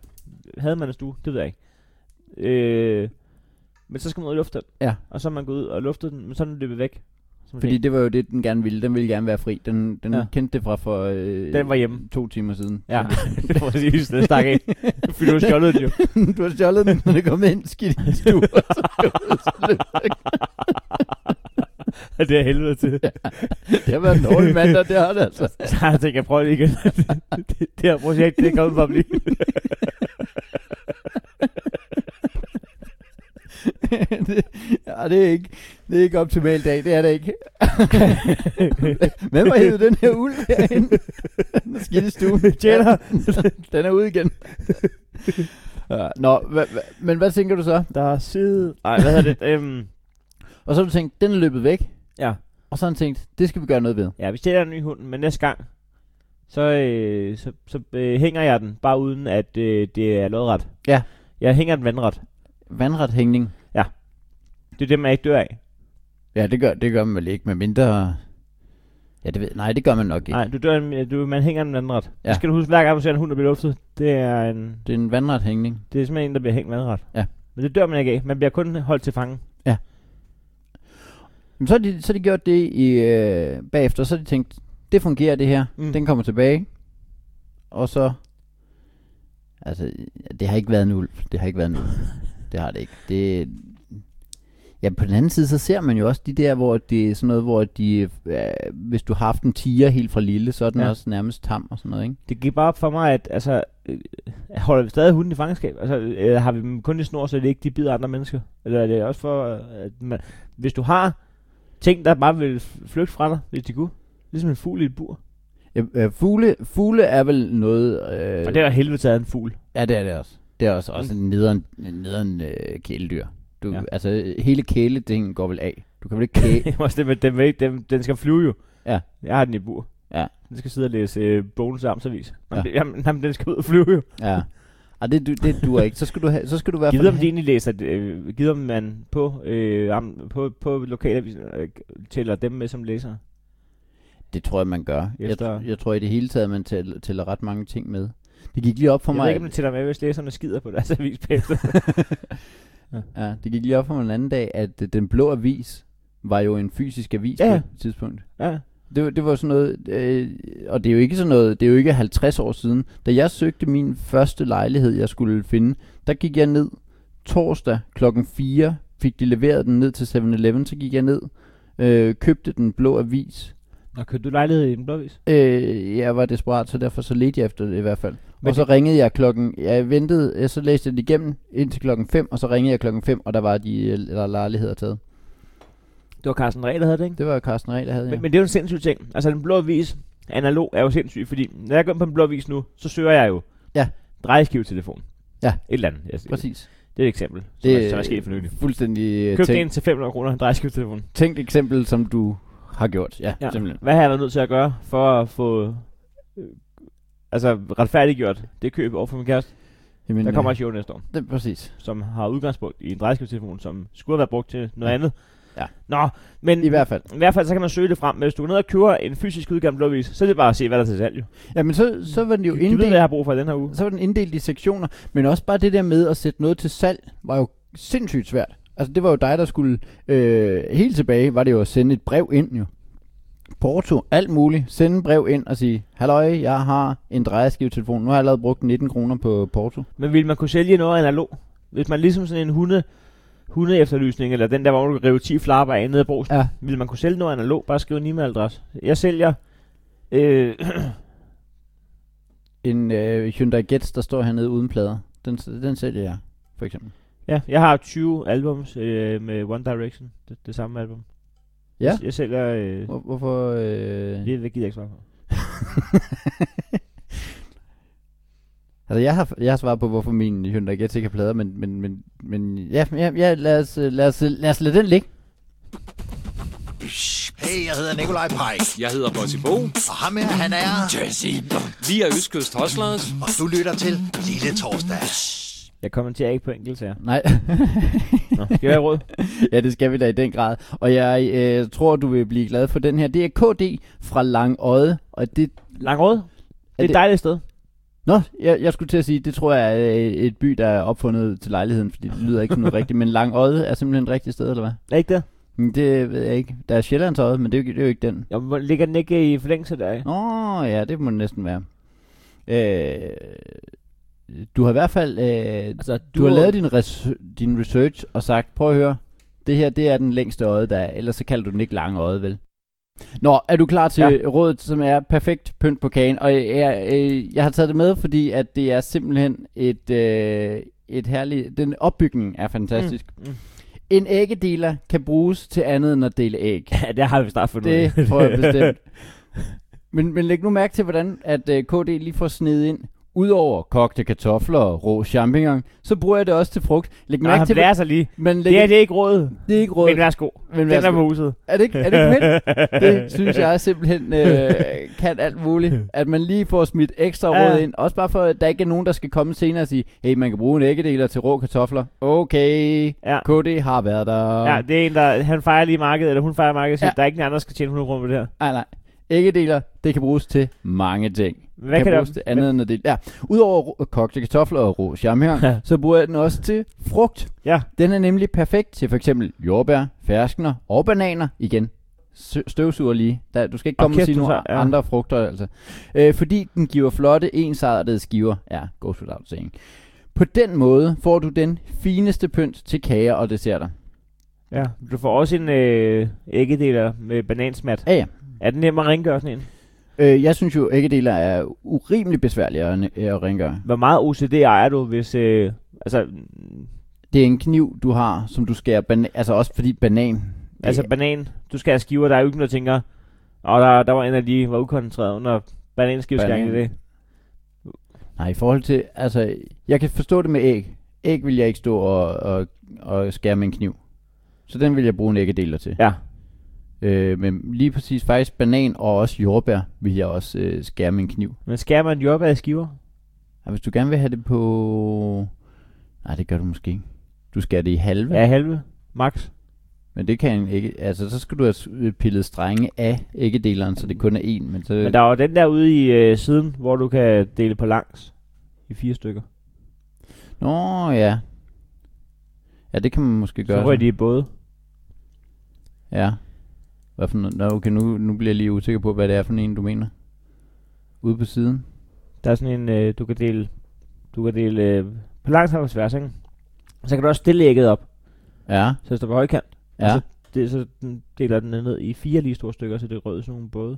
S2: Havde man en stue? Det ved jeg ikke. Øh, men så skal man ud og lufte den.
S3: Ja.
S2: Og så er man gået ud og luftet den, men så er den løbet væk. Som
S3: Fordi det var jo det, den gerne ville. Den ville gerne være fri. Den, den ja.
S2: Ja.
S3: kendte det fra for øh,
S2: Den var hjemme.
S3: to timer siden.
S2: Ja, det var præcis det, stak af. Fordi du har stjålet den jo.
S3: du har stjålet den, når det kom ind skidt i stuen.
S2: Og det er helvede til.
S3: det har været en dårlig mandag, det har det altså.
S2: Så har jeg tænkt, jeg prøver det igen. det, det her projekt, det er kommet for at blive.
S3: det, ja, det, er ikke, det er ikke optimal dag, det er det ikke. Hvem har hævet den her uld herinde? Den er skidt i stuen.
S2: Tjener.
S3: den er ude igen. Ja, Nå, hva, hva, men hvad tænker du så?
S2: Der er side... Nej, hvad hedder det? Øhm,
S3: Og så har du tænkt, den er løbet væk.
S2: ja.
S3: Og så har han tænkt, det skal vi gøre noget ved.
S2: ja, vi stiller en ny hund, men næste gang, så, øh, så, så øh, hænger jeg den, bare uden at øh, det er lodret.
S3: Ja.
S2: Jeg hænger den vandret.
S3: Vandret hængning.
S2: Det er det, man ikke dør af.
S3: Ja, det gør, det gør man vel ikke, med mindre... Ja, det ved, nej, det gør man nok ikke.
S2: Nej, du dør, en- du, man hænger den vandret.
S3: Ja.
S2: Ja. Det skal du huske, hver gang du ser en hund, der bliver luftet. Det er en,
S3: Det er en vandret hængning.
S2: Det er simpelthen en, der bliver hængt vandret.
S3: Ja.
S2: Men det dør man ikke af. Man bliver kun holdt til fange.
S3: Men så har de, så har de gjort det i, øh, bagefter, så har de tænkt, det fungerer det her, mm.
S2: Mm.
S3: den kommer tilbage. Og så... Altså, ja, det har ikke været en ulv. Det har ikke været en ulv. det har det ikke. Det, ja, på den anden side, så ser man jo også de der, hvor det er sådan noget, hvor de... Øh, hvis du har haft en tiger helt fra lille, så er den ja.
S2: Ja.
S3: også nærmest tam og sådan noget, ikke?
S2: Det gik bare op for mig, at altså, øh, holder vi stadig hunden i fangenskab? Altså, øh, har vi dem kun i snor, så det ikke de bider andre mennesker? Eller er det også for, øh, at man, hvis du har ting, der bare vil f- flygte fra dig, hvis de kunne? Ligesom en fugl i et bur.
S3: Ja, øh, fugle, fugle er vel noget... Øh,
S2: Og det er helvede taget en fugl.
S3: Ja, det er det også. Det er også, også en nederen, en nederen øh, kæledyr. Du, ja.
S2: Mm. Ja.
S3: Altså, øh, hele kæledingen går vel af. Du kan vel ikke kæle...
S2: Det er også det med, den, vil ikke- den, den skal flyve jo.
S3: Ja.
S2: Jeg har den i bur.
S3: Ja.
S2: Den skal sidde og læse øh, Bogens Amtsavis.
S3: Ja.
S2: Ja. Jamen, jamen, den skal ud og flyve jo.
S3: ja. Og det, du, det duer ikke. Så skal du, have, så skal du i hvert fald...
S2: Gider om de
S3: have-
S2: egentlig læser, det, øh, gider om man på, øh, am- på, på lokalavisen øh, tæller dem med som læsere?
S3: Det tror jeg, man gør. Jeg,
S2: Efter-
S3: jeg tror i det hele taget, man tæller, tæller ret mange ting med. Det gik lige op for
S2: jeg
S3: mig...
S2: ved ikke, om man tæller med, hvis læserne skider på deres avis bagefter.
S3: Ja, det gik lige op for mig en anden dag, at øh, den blå avis var jo en fysisk avis
S2: Ja.
S3: ja. på et tidspunkt.
S2: Ja.
S3: Det, var- det var sådan noget, øh, og det er jo ikke sådan noget, det er jo ikke 50 år siden. Da jeg søgte min første lejlighed, jeg skulle finde, der gik jeg ned torsdag klokken 4, fik de leveret den ned til 7-Eleven, så gik jeg ned, øh, købte den blå avis.
S2: Og købte du lejlighed i den blåvis?
S3: Øh, jeg var desperat, så derfor så ledte jeg efter det i hvert fald.
S2: Men
S3: og så ringede jeg klokken, jeg ventede, jeg så læste jeg det igennem indtil klokken 5, og så ringede jeg klokken 5, og der var de øh, der lejligheder taget.
S2: Det var Carsten Reh, der havde det, ikke?
S3: Det var Carsten Reh, der havde
S2: Ja.
S3: jeg.
S2: Men, men det er jo en sindssyg ting. Altså, den blå avis analog er jo sindssyg, fordi når jeg går ind på en blå avis nu, så søger jeg jo
S3: Ja.
S2: drejeskivetelefon.
S3: Ja.
S2: Et eller andet. Jeg, det
S3: Præcis.
S2: er et eksempel, som, det,
S3: Det
S2: er,
S3: er-
S2: som er sket for nylig.
S3: Fuldstændig øh,
S2: Købte en
S3: tænkt,
S2: til 500 kroner, en drejeskivetelefon.
S3: tænkt eksempel, som du har gjort. Ja, ja. simpelthen.
S2: Hvad har jeg været nødt til at gøre for at få øh, altså retfærdiggjort det køb over for min kæreste?
S3: Jamen,
S2: Der kommer
S3: øh,
S2: et show næste år,
S3: det, præcis.
S2: som har udgangspunkt i en drejeskivetelefon, som skulle have været brugt til noget
S3: Ja.
S2: andet.
S3: Ja.
S2: Nå, men
S3: I hvert fald.
S2: I hvert fald, så kan man søge det frem. Men hvis du går ned og køber en fysisk udgave af Blåvis, så er det bare at se, hvad der er til salg. Jo.
S3: Jamen, så, så var den jo
S2: Du, du ved, hvad
S3: inddelt,
S2: jeg har brug for i den her uge.
S3: så var den inddelt i sektioner, men også bare det der med at sætte noget til salg, var jo sindssygt svært. Altså, det var jo dig, der skulle øh, helt tilbage, var det jo at sende et brev ind jo. Porto, alt muligt. Sende et brev ind og sige, halløj, jeg har en drejeskivetelefon. Nu har jeg allerede brugt 19 kroner på Porto.
S2: Men ville man kunne sælge noget analog? Hvis man ligesom sådan en hunde, hunde efterlysning, eller den der, hvor man kan rive 10 flapper af nede i brugsen,
S3: Ja.
S2: ville man kunne sælge noget analog? Bare skrive en e-mailadresse. Jeg sælger... Øh,
S3: En øh, Hyundai Getz, der står hernede uden plader. Den, den sælger jeg, for eksempel.
S2: ja, jeg har 20 albums øh, med One Direction. Det, det samme album.
S3: Ja.
S2: Jeg, jeg sælger... Øh,
S3: Hvor, hvorfor... Øh...
S2: det, det gider jeg ikke svare på.
S3: Altså, jeg har, jeg har svaret på, hvorfor min Hyundai Getz ikke har plader, men, men, men, men ja, ja, ja lad, os, øh, lad, os, øh, lad os lade den ligge.
S4: Hey, jeg hedder Nikolaj Pej,
S1: Jeg hedder Bossy Bo.
S4: og ham her, han er,
S1: Vi er Østkyst Hoslers.
S4: og du lytter til Lille Torsdag.
S2: Jeg kommenterer ikke på enkeltsager.
S3: Nej,
S2: Nå, skal jeg have råd?
S3: ja, det skal vi da i den grad. Og jeg øh, tror, du vil blive glad for den her. Det er KD fra Langøje, og det...
S2: Langrød? Det er et
S3: det-
S2: dejligt sted.
S3: Nå, jeg, jeg skulle til at sige, det tror jeg er øh, et by, der er opfundet til lejligheden, fordi det lyder ikke som noget rigtigt, men Langøje er simpelthen et rigtigt sted, eller hvad?
S2: Er ikke det?
S3: Men det ved jeg ikke. Der er Sjællandsøje, men det er, jo, ikke- det er jo ikke den.
S2: Jo, hvor ligger den ikke i forlængelse der? ikke?
S3: Åh, oh, ja, det må det næsten være. Øh, du har i hvert fald... Øh,
S2: Altså,
S3: Du har lavet din, res- din research og sagt, prøv at høre, det her det er den længste øje, der er, ellers så kalder du den ikke lange øje, vel? Nå, er du klar til
S2: Ja.
S3: ja. rådet, som er perfekt pynt på kagen? Og øh, jeg, jeg, jeg har taget det med, fordi at det er simpelthen et, øh, et herligt... Den opbygning er fantastisk.
S2: Mm, mm.
S3: Mm. En æggedeler kan bruges til andet end at dele æg.
S2: Ja, det har vi snart fundet ud af.
S3: Det tror jeg bestemt. Men, men læg nu mærke til, hvordan at øh, KD lige får snedet ind. Udover kogte kartofler og rå champignon, så bruger jeg det også til frugt. Læg
S2: Nå,
S3: mærke
S2: han
S3: til,
S2: blærer sig lige.
S3: man lægger,
S2: Det er det er ikke råd.
S3: det er ikke råd.
S2: Men værsgo.
S3: Men
S2: Den er
S3: værsgo.
S2: på huset.
S3: er det ikke, er det ikke fedt? Det synes jeg simpelthen øh, kan alt muligt. At man lige får smidt ekstra
S2: Ja.
S3: råd ind. Også bare for, at der ikke er nogen, der skal komme senere og sige, hey, man kan bruge en æggedeler til rå kartofler. Okay,
S2: Ja.
S3: KD har været der.
S2: Ja, det er en, der, han fejrer lige markedet, eller hun fejrer markedet, så
S3: Ja.
S2: der er ikke nogen andre, der skal tjene 100 kroner på det her.
S3: Nej, nej. Æggedeler, det kan bruges til mange ting.
S2: Hvad
S3: kan,
S2: kan,
S3: kan bruges
S2: der...
S3: til andet end at dele. Ja. Udover rå- kogte kartofler og rå charme
S2: Ja.
S3: her, så bruger jeg den også til frugt.
S2: Ja.
S3: Den er nemlig perfekt til for eksempel jordbær, ferskner og bananer igen. sø- Støvsuger lige. Der, du skal ikke
S2: Og
S3: komme og,
S2: kæft,
S3: sige
S2: du
S3: nogle
S2: så- ja.
S3: andre frugter, altså. Øh, fordi den giver flotte, ensartede skiver. Ja, goes without saying. På den måde får du den fineste pynt til kager og desserter.
S2: Ja, du får også en øh, æggedeler med banansmat.
S3: Ja, ja.
S2: Er den nem at rengøre sådan en?
S3: Øh, jeg synes jo, æggedeler er urimelig besværlige at, at rengøre.
S2: Hvor meget OCD ejer du, hvis... Øh, altså, mm,
S3: Det er en kniv, du har, som du skærer banan... Altså også fordi banan... det
S2: altså banan, du skal have skiver, der er jo ikke nogen, der tænker, og der, der var en af de, var ukoncentreret under bananskiveskæringen i
S3: Banan.
S2: det.
S3: Nej, i forhold til, altså, jeg kan forstå det med æg. Æg vil jeg ikke stå og, og, og skære med en kniv. Så den vil jeg bruge en æggedeler til.
S2: Ja.
S3: Øh, men lige præcis faktisk banan og også jordbær vil jeg også øh, skære med en kniv.
S2: Men skærer man jordbær i skiver?
S3: Og hvis du gerne vil have det på... Nej, det gør du måske ikke. Du skærer det i halve.
S2: Ja, halve. Max.
S3: Men det kan ikke... Altså, så skal du have s- pillet strenge af æggedeleren, så det kun er en. Men, så,
S2: Men der er jo den der ude i øh, siden, hvor du kan dele på langs i fire stykker.
S3: Nå, ja. Ja, det kan man måske gøre.
S2: Så rører de i både.
S3: Ja. Hvad for noget? Nå, okay, nu, nu bliver jeg lige usikker på, hvad det er for en, du mener. Ude på siden.
S2: Der er sådan en, øh, du kan dele, du kan dele øh, på langt og på tværs, ikke? Så kan du også stille ægget op,
S3: Ja,
S2: så det står på højkant.
S3: ja.
S2: Altså- Det, så den deler den ned i fire lige store stykker, så det er rød sådan nogle både.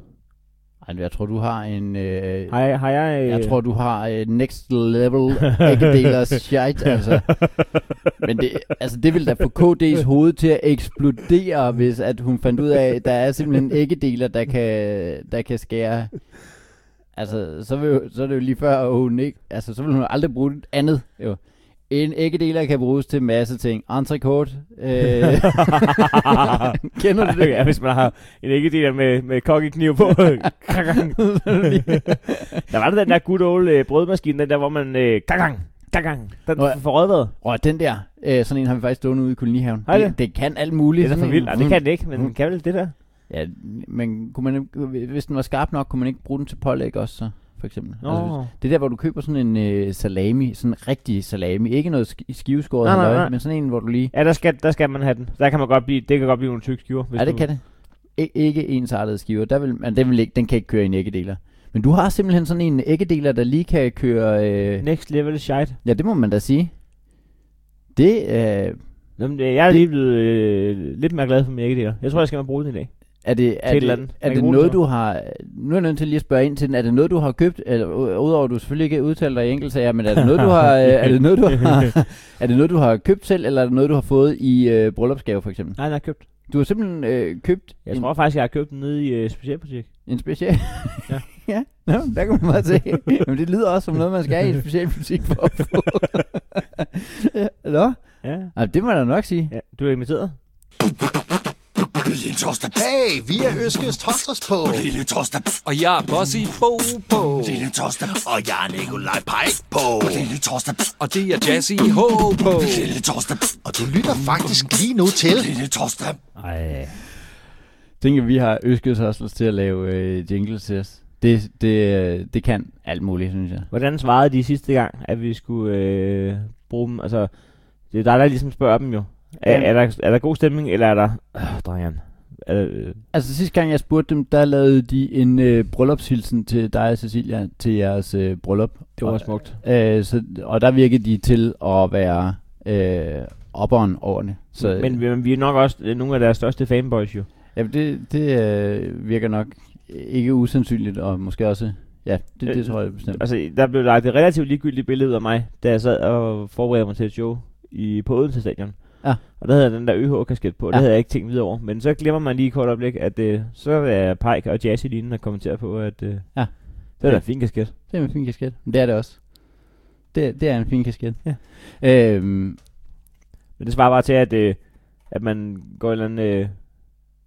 S3: Ej, jeg tror, du har en... Øh,
S2: Har jeg, har jeg, øh,
S3: jeg tror, du har øh, next level æggedelers shit, altså. Men det, altså, det ville da få KD's hoved til at eksplodere, hvis at hun fandt ud af, at der er simpelthen æggedeler, der kan, der kan skære... Altså, så, vil, så er det jo lige før, at hun ikke... Altså, så vil hun aldrig bruge det andet, jo. En æggedeler kan bruges til en masse ting. Entrecote. Øh, kender du det?
S2: ja, hvis man har en æggedel med, med kokkekniv på. Kakang. der var det den der good old øh, brødmaskine, den der, hvor man... Øh, kakang, kakang, den
S3: Nå ja.
S2: får rødværet.
S3: Og den der, øh, sådan en har vi faktisk stående ude i kolonihaven.
S2: Har I
S3: det,
S2: det?
S3: det kan alt muligt.
S2: Det er da for
S3: sådan
S2: vildt.
S3: en-
S2: Nej, det kan den ikke, men
S3: Mm.
S2: den kan vel det der.
S3: Ja, men kunne man, ikke- hvis den var skarp nok, kunne man ikke bruge den til pålæg også, så, for eksempel.
S2: Nå.
S3: Altså, hvis- det er der, hvor du køber sådan en øh, salami, sådan en rigtig salami. Ikke noget sk- skiveskåret,
S2: Nej, nej,
S3: halløj,
S2: nej.
S3: men sådan en, hvor du lige...
S2: Ja, der skal, der skal man have den. Der kan man godt blive, det kan godt blive nogle tykke skiver. Hvis
S3: Ja, det
S2: du,
S3: kan det. I, ikke ensartede skiver. Der vil, man, den, vil ikke, den kan ikke køre i en æggedeler. Men du har simpelthen sådan en æggedeler, der lige kan køre... Øh,
S2: Next level shite.
S3: ja, det må man da sige. Det, øh,
S2: Jamen, øh, jeg er lige blevet øh, lidt mere glad for mine æggedeler. Jeg tror, jeg skal have bruge den i dag.
S3: Er det, er
S2: et eller andet.
S3: det, er
S2: Man kan
S3: det
S2: bruge
S3: noget,
S2: det så.
S3: du har... Nu er jeg nødt til lige at spørge ind til den. Er det noget, du har købt? Eller, u- udover at du selvfølgelig ikke udtaler dig i enkeltsager, men er det noget, du har... øh, er, det noget, du har er det noget, du har købt selv, eller er det noget, du har fået i øh, bryllupsgave, for eksempel?
S2: Nej, den har jeg købt.
S3: Du har simpelthen øh, købt
S2: Jeg
S3: en,
S2: tror faktisk, jeg har købt den nede i øh, specialbutik.
S3: en special...
S2: Ja.
S3: ja. Nå, der kan man bare se. Jamen, det lyder også som noget, man skal i en speciel butik for at få. Ja, Nå,
S2: Ja.
S3: Ej, det må jeg da nok sige.
S2: ja. Du er inviteret.
S4: Lille torsdag. Hey, vi er Øskes Torsdags på. Lille torsdag.
S1: Og jeg er Bossy Bo på.
S4: Lille torsdag. Og jeg er Nikolaj Pike på. Lille torsdag.
S1: Og det er Jazzy H på.
S4: Lille torsdag. Og du lytter faktisk lige nu til. Lille torsdag.
S2: Ej.
S3: Tænk, at vi har ønsket os til at lave øh, jingles til os. Det, det, øh, det kan alt muligt, synes jeg.
S2: Hvordan svarede de sidste gang, at vi skulle øh, bruge dem? Altså, det er dig, der ligesom spørger dem jo. Er,
S3: Ja.
S2: er, der, er der god stemning, eller er der... Øh, drengeren. Er der, øh,
S3: Altså sidste gang jeg spurgte dem, der lavede de en øh, bryllupshilsen til dig og Cecilia til jeres øh, bryllup.
S2: det var smukt.
S3: og, øh, så, og der virkede de til at være øh, opperen over det. Så,
S2: Så, men, vi- men vi er nok også øh, nogle af deres største fanboys jo.
S3: jamen, det, det øh, virker nok ikke usandsynligt, og måske også... Ja, det, det
S2: Øh,
S3: tror jeg bestemt.
S2: Altså, der blev lagt et relativt ligegyldigt billede ud af mig, da jeg sad og forberedte mig til et show i, på Odense Stadion.
S3: Ja.
S2: Og der havde jeg den der ØH-kasket på, og ja.
S3: Ja.
S2: det havde jeg ikke tænkt videre over. Men så glemmer man lige i kort øjeblik, at øh, så er Pike og Jazzy lige inde og kommenterer på, at øh,
S3: Ja.
S2: det er da
S3: Ja.
S2: en fin kasket.
S3: Det er en fin kasket. Det er det også. Det, det er en fin kasket.
S2: Ja.
S3: Øhm,
S2: Men det svarer bare til, at, øh, at man går en eller anden... Øh,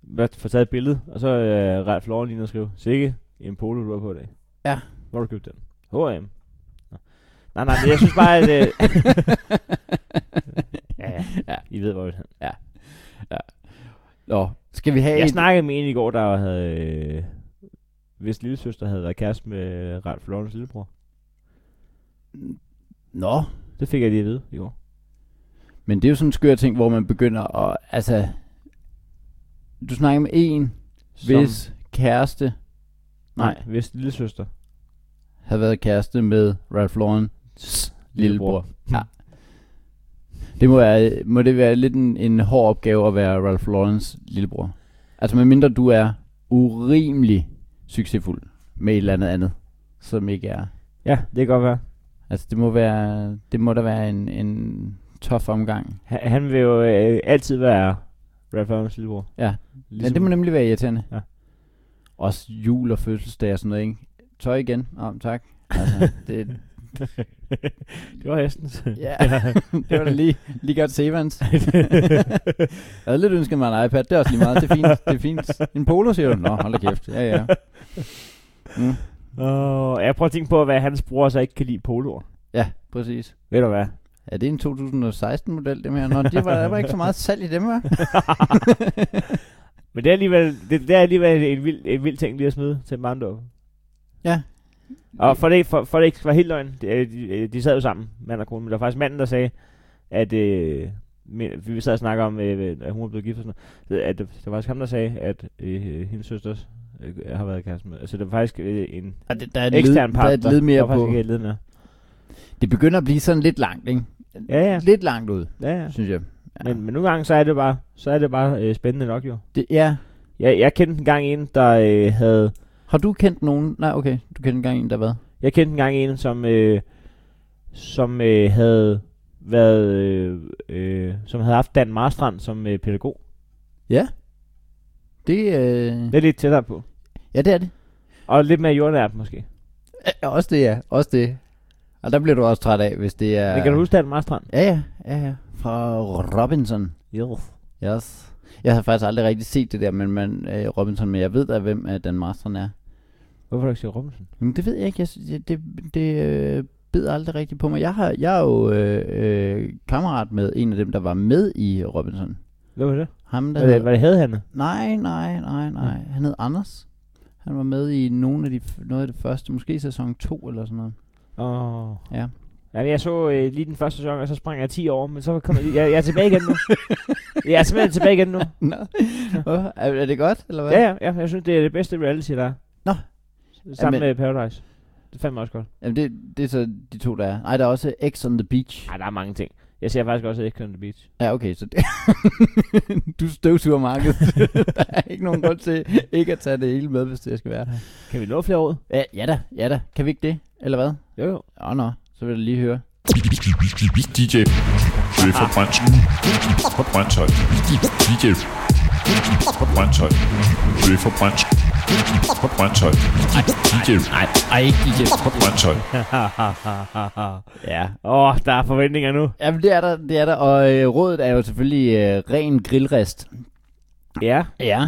S2: hvad, får taget et billede, og så øh, Ralf Lauren lige inde og skriver, Sikke, en polo, du har på i dag.
S3: Ja.
S2: Hvor har du købt den? H&M. Nå. Nej, nej, men jeg synes bare, at... Øh, ja, ja,
S3: Ja.
S2: I ved, hvor vi er.
S3: Nå, skal vi have
S2: Jeg
S3: et-
S2: snakkede med en i går, der havde... Øh, hvis lille søster havde været kæreste med Ralf Florens lillebror.
S3: Nå,
S2: Det fik jeg lige at vide i går.
S3: Men det er jo sådan en skør ting, hvor man begynder at, altså, du snakker med en,
S2: Som-
S3: hvis kæreste, nej,
S2: Hvis lille søster.
S3: havde været kæreste med Ralph Lauren lillebror. Ja. Det må, være, må det være lidt en, en hård opgave at være Ralph Laurens lillebror. Altså medmindre du er urimelig succesfuld med et eller andet andet, som ikke er.
S2: Ja, det kan godt være.
S3: Altså det må, være, det må da være en, en tof omgang.
S2: Han, han vil jo øh, altid være Ralph Lauren's lillebror.
S3: Ja. Ligesom... Ja,
S2: Ligesom,
S3: det må nemlig være irriterende.
S2: Ja.
S3: Også jul og fødselsdag og sådan noget, ikke? Tøj igen. Om, oh, tak. Altså, det,
S2: det var hestens.
S3: ja, det var da lige, lige godt Sevans. jeg havde lidt ønsket mig en iPad. Det er også lige meget. Det er fint. Det er fint. En polo, siger du? Nå, hold da kæft. Ja, ja. Mm.
S2: Og jeg prøver at tænke på, hvad hans bror så ikke kan lide poloer.
S3: Ja, præcis.
S2: Ved du hvad?
S3: Er det en 2016-model, dem her? Nå, det var, der var ikke så meget salg i dem, hva'?
S2: Men det er alligevel, det, det er alligevel en, vild, en vild ting lige at smide til Mando.
S3: Ja.
S2: Og for det, for, for det øh, ikke var helt løgn, de, de, de sad jo sammen, mand og kone, men der var faktisk manden, der sagde, at øh, men, vi sad og snakkede om, øh, at hun var blevet gift og sådan noget, at det, det var faktisk ham, der sagde, at øh, hendes søster øh, har været kæreste med. Altså, det var faktisk øh, en
S3: Og det, der er et
S2: ekstern
S3: led, der
S2: part,
S3: er et led
S2: der
S3: mere
S2: var faktisk
S3: på.
S2: ikke et led mere.
S3: Det begynder at blive sådan lidt langt, ikke?
S2: Ja, ja.
S3: Lidt langt ud,
S2: ja, ja.
S3: synes jeg. Ja.
S2: Men, men nogle gange, så er det bare, så er det bare øh, spændende nok jo.
S3: Det, ja.
S2: Jeg, jeg kendte en gang en, der øh, havde...
S3: Har du kendt nogen? Nej, okay. Du kendte engang en, der hvad?
S2: Jeg kendte en gang en, som, øh, som øh, havde været... Øh, øh, som havde haft Dan Marstrand som øh, pædagog.
S3: Det, øh...
S2: Det er lidt tættere på.
S3: Ja, det er det.
S2: Og lidt mere jordnært måske.
S3: Ja, Også det, ja. Også det. Og der bliver du også træt af, hvis det er...
S2: Ja. Men kan du huske Dan Marstrand?
S3: Ja, ja. ja, ja. Fra Robinson.
S2: Jo.
S3: Yes. Jeg har faktisk aldrig rigtig set det der, men man, øh, Robinson, men jeg ved da, hvem øh, Dan Marston er.
S2: Hvorfor har du ikke set Robinson?
S3: Men det ved jeg ikke. Jeg, sy- jeg- det det øh, bider aldrig rigtigt på mig. Jeg, har, jeg er jo øh, øh, kammerat med en af dem, der var med i Robinson.
S2: Hvad var det?
S3: Ham, der
S2: Hvad, det,
S3: hedder...
S2: hvad det havde han?
S3: Nej, nej, nej, nej. Han hed Anders. Han var med i nogle af de, f- noget af det første. Måske sæson 2 eller sådan noget.
S2: Åh.
S3: Ja.
S2: Jamen, jeg så øh, lige den første sæson, og så sprang jeg 10 år, men så kom jeg, lige- jeg, jeg er tilbage igen nu. jeg er simpelthen tilbage igen nu.
S3: Nå. Hvorfor? er, er det godt, eller hvad?
S2: Ja, ja, ja, jeg synes, det er det bedste reality, der er.
S3: Nå.
S2: Sammen
S3: Jamen-
S2: med Paradise. Det fandt mig også godt.
S3: Jamen, det, det er så de to, der er. Nej, der er også X on the Beach.
S2: Ej, der er mange ting. Jeg ser faktisk også Ex on the Beach.
S3: Ja, okay, så det du støvsuger markedet. der er ikke nogen grund til ikke at tage det hele med, hvis det skal være.
S2: Kan vi nå flere år?
S3: Ja, ja da, ja da. Kan vi ikke det, eller hvad?
S2: Jo, jo.
S3: Åh, oh, nå, så vil jeg lige høre.
S5: DJ Chef fra Brøndshøj. Fra Brøndshøj. DJ fra Brøndshøj. Chef fra Brøndshøj. Fra Brøndshøj. DJ
S3: Ej, ikke DJ.
S5: fra Brøndshøj.
S3: Ja.
S2: Åh, oh, der er forventninger nu.
S3: Jamen, det er der, det er der. Og øh, rådet er jo selvfølgelig øh, ren grillrest.
S2: Ja.
S3: Ja.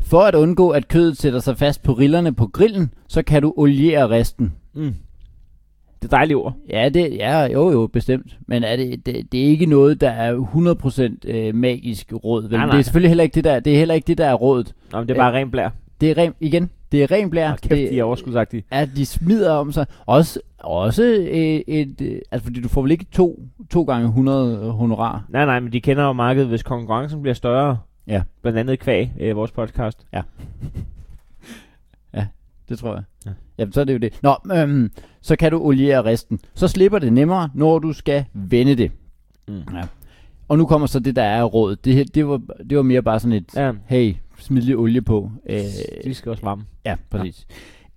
S3: For at undgå, at kødet sætter sig fast på rillerne på grillen, så kan du oliere resten.
S2: Mm. Det er dejlige ord.
S3: Ja, det ja, jo jo, bestemt. Men er det, det, det er ikke noget, der er 100% øh, magisk råd. Vel?
S2: Nej,
S3: Nej,
S2: nej.
S3: Det er selvfølgelig heller ikke det der, det er heller ikke det der er rådet.
S2: Nå, men det er bare ren blær.
S3: Det er ren, igen, det er ren blær.
S2: Ja, kæft, de
S3: det
S2: er overskudsagtige.
S3: er, de smider om sig. Også, også øh, et, øh, altså fordi du får vel ikke to, to gange 100 honorar.
S2: Nej, nej, men de kender jo markedet, hvis konkurrencen bliver større.
S3: Ja.
S2: Blandt andet kvæg, øh, vores podcast.
S3: Det tror jeg.
S2: Ja.
S3: Ja. Jamen, så er det jo det. Nå, øhm, så kan du oliere resten. Så slipper det nemmere, når du skal vende det.
S2: Mm.
S3: Ja. Og nu kommer så det, der er råd. Det, her- det, var, det var mere bare sådan et,
S2: Ja,
S3: hey, smid lige olie på. Øh,
S2: de skal også varme.
S3: ja, præcis.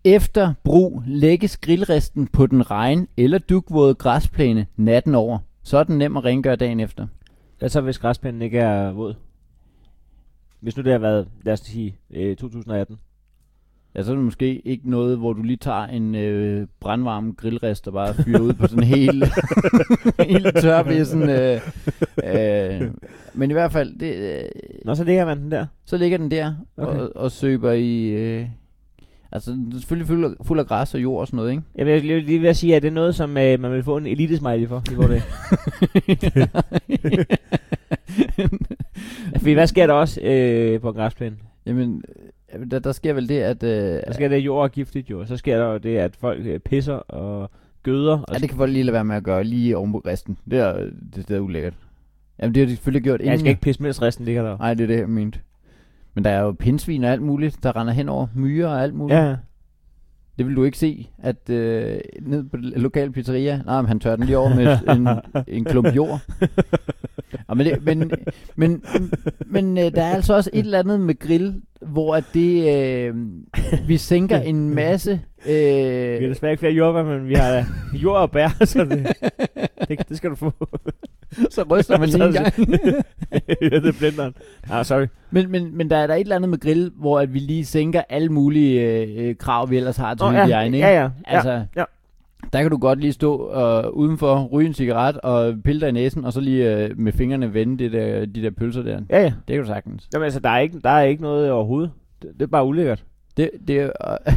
S3: Efter brug lægges grillresten på den regn eller dugvåde græsplæne natten over. Så er den nem at rengøre dagen efter.
S2: Hvad så, hvis græsplænen ikke er våd? Hvis nu det har været, lad os sige, øh, 2018.
S3: Ja, så er det måske ikke noget, hvor du lige tager en øh, brandvarm grillrest og bare fyrer ud på sådan en hel, hel tør bissen, øh, øh, Men i hvert fald, det, øh,
S2: Nå, så ligger man den der.
S3: så ligger den der
S2: Okay.
S3: okay. og, og søber i... Øh, altså, den er selvfølgelig fuld af, fuld af græs og jord og sådan noget, ikke?
S2: Jamen, jeg vil lige ved at sige, at det er noget, som øh, man vil få en elite-smiley for. Det var det. Fordi hvad sker der også øh, på en græsplæne?
S3: Jamen, øh, der, der sker vel det, at... Øh,
S2: Der sker det, at jord er giftigt jo. Så sker der jo det, at folk øh, pisser og gøder. Og
S3: ja, det kan folk lige lade være med at gøre lige oven på resten. Det er, det, det er ulækkert. Jamen, det har de selvfølgelig gjort
S2: ja, jeg skal ikke pisse, mens resten ligger der.
S3: Nej, det er det, jeg mente. Men der er jo pindsvin og alt muligt, der render hen over myrer og alt muligt.
S2: Ja,
S3: Det vil du ikke se, at øh, ned på den lokale pizzeria, nej, men han tør den lige over med en, en klump jord. Ja, men, det, men, men, men øh, der er altså også et eller andet med grill, hvor at det, øh, vi sænker en masse...
S2: vi har
S3: Øh,
S2: desværre ikke flere jordbær, men vi har da jord og bær, så det, det, det skal du få.
S3: så ryster man lige en gang.
S2: ja, det er blenderen. Ah, sorry.
S3: Men, men, men der er der et eller andet med grill, hvor at vi lige sænker alle mulige øh, øh, krav, vi ellers har til
S2: Nå,
S3: oh,
S2: ja,
S3: hygiejne. ikke?
S2: ja, ja,
S3: Altså,
S2: ja.
S3: ja. der kan du godt lige stå øh, udenfor, ryge en cigaret og pille dig i næsen, og så lige øh, med fingrene vende det der, de der pølser der.
S2: Ja, ja.
S3: Det kan du sagtens.
S2: Jamen, altså, der er ikke, der er ikke noget overhovedet. Det, det er bare ulækkert.
S3: Det, det er øh,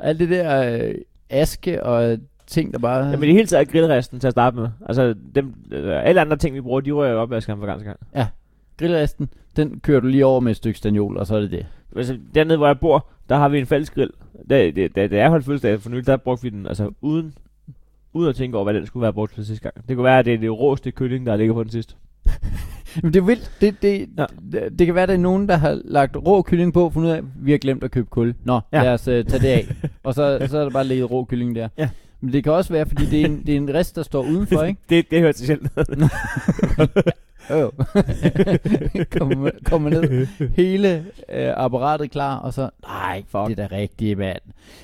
S3: alt det der øh, aske og ting, der bare...
S2: Jamen, i det hele taget er grillresten til at starte med. Altså, dem, øh, alle andre ting, vi bruger, de rører jo op, jeg fra gang til gang.
S3: Grillresten, den kører du lige over med et stykke stagnol, og så er det det.
S2: Altså, dernede, hvor jeg bor, der har vi en fælles grill. Da, da, da, da jeg holdt fødselsdag for nylig, der brugte vi den, altså uden, uden at tænke over, hvad den skulle være brugt til sidste gang. Det kunne være, at det er det råeste kylling, der ligger på den sidste.
S3: Men det er vildt. Det, det,
S2: Ja.
S3: ja. det, det kan være, der er nogen, der har lagt rå kylling på, fundet ud af, vi har glemt at købe kul. Nå,
S2: Ja.
S3: ja. lad os uh, tage det af. og så, så er der bare ligget rå kylling der.
S2: Ja.
S3: Men det kan også være, fordi det er en, det er en rest, der står udenfor, ikke?
S2: det, det hører til sjældent.
S3: Øv. kommer, kommer ned, hele øh, apparatet klar, og så, nej, fuck, det er da rigtigt, mand.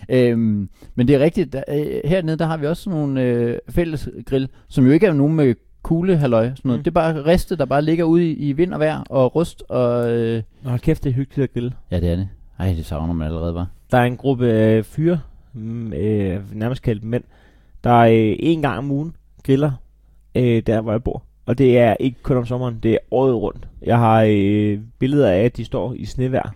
S3: Øhm, men det er rigtigt, der, øh, hernede, der har vi også sådan nogle øh, fælles grill, som jo ikke er nogen med kugle, halløj, sådan
S2: Mm.
S3: noget. Mm. Det er bare riste, der bare ligger ude i, i vind og vejr, og rust, og... Øh,
S2: Nå, kæft, det er hyggeligt at grille.
S3: ja, det er det. Ej, det savner man allerede, var.
S2: Der er en gruppe øh, fyre, mm, øh, nærmest kaldt mænd, der øh, en gang om ugen griller øh, der, hvor jeg bor. Og det er ikke kun om sommeren, det er året rundt. Jeg har øh, billeder af, at de står i snevejr.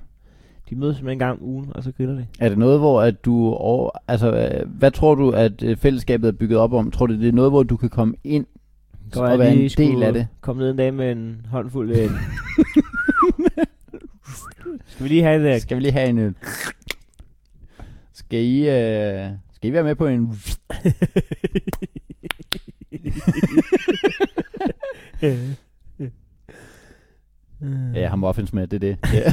S2: De mødes simpelthen en gang om ugen, og så griller de.
S3: Er det noget, hvor at du... Over, altså, øh, hvad tror du, at øh, fællesskabet er bygget op om? Tror du, det er noget, hvor du kan komme ind
S2: Så
S3: og være en del af det?
S2: Kom ned en dag med en håndfuld... Øh, skal vi lige have en... Øh,
S3: Skal vi lige have en øl? Skal I, øh, skal I være med på en... Ja, jeg har muffins med, det er det. Ja.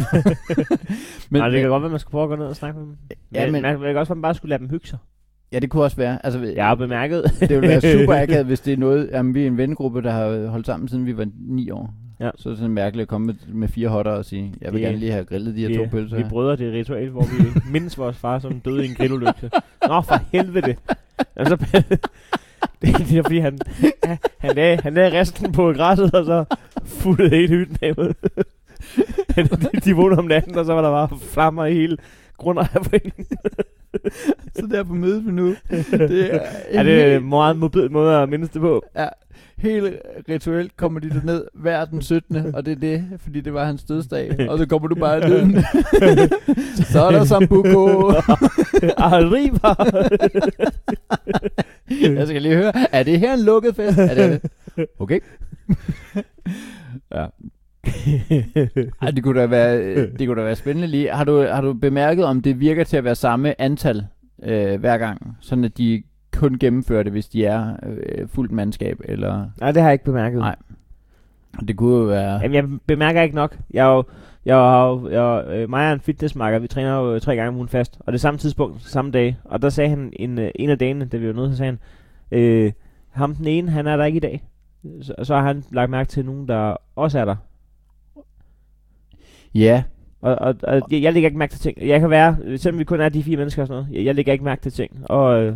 S2: men, Nej, det kan godt være, man skulle prøve at gå ned og snakke med dem. Ja,
S3: Ja,
S2: men,
S3: men-
S2: man, man kan også bare skulle lade dem hygge sig.
S3: ja, det kunne også være. Altså,
S2: Jeg har bemærket.
S3: det ville være super akavet, hvis det er noget... Jamen, vi er en vennegruppe, der har holdt sammen, siden vi var ni år.
S2: Ja.
S3: Så er det sådan mærkeligt at komme med, med fire hotter og sige, jeg vil
S2: Det-
S3: gerne lige have grillet de her to pølser.
S2: Vi
S3: her.
S2: brødrer det ritual, hvor vi mindes vores far, som døde i en grillulykke. Nå, for helvede. Og så, det er fordi, han, han, han, lagde, han lagde resten på græsset, og så fuldede hele hytten af ud. de, de vågnede om natten, og så var der bare flammer i hele grundejerforeningen.
S3: Så derfor mødes vi nu. Det er,
S2: Er det en meget mobil måde at mindes det på?
S3: Ja, helt rituelt kommer de derned hver den 17. Og det er det, fordi det var hans dødsdag. Og så kommer du bare ned. så er der Sambuco.
S2: Arriba!
S3: Jeg skal lige høre, er det her en lukket fest? Er det det? Okay. ja. Ej, det kunne da være, øh, det kunne da være spændende lige. Har du, har du bemærket, om det virker til at være samme antal øh, hver gang? Sådan at de kun gennemfører det, hvis de er øh, fuldt mandskab, eller...
S2: Nej, det har jeg ikke bemærket.
S3: Nej. Det kunne jo være...
S2: Jamen, jeg bemærker ikke nok. Jeg er jo, jeg er jo, jeg, er- øh, mig og en fitnessmarker, vi træner jo øh, tre gange om ugen fast. Og det er samme tidspunkt, samme dag. Og der sagde han en, øh, en af dagene, da vi var nede, så sagde han, øh, ham den ene, han er der ikke i dag. Så, så har han lagt mærke til nogen, der også er der.
S3: Ja,
S2: Og, og, og jeg, jeg lægger ikke mærke til ting. Jeg kan være, øh, selvom vi kun er de fire mennesker og sådan noget, jeg, jeg lægger ikke mærke til ting. Og øh,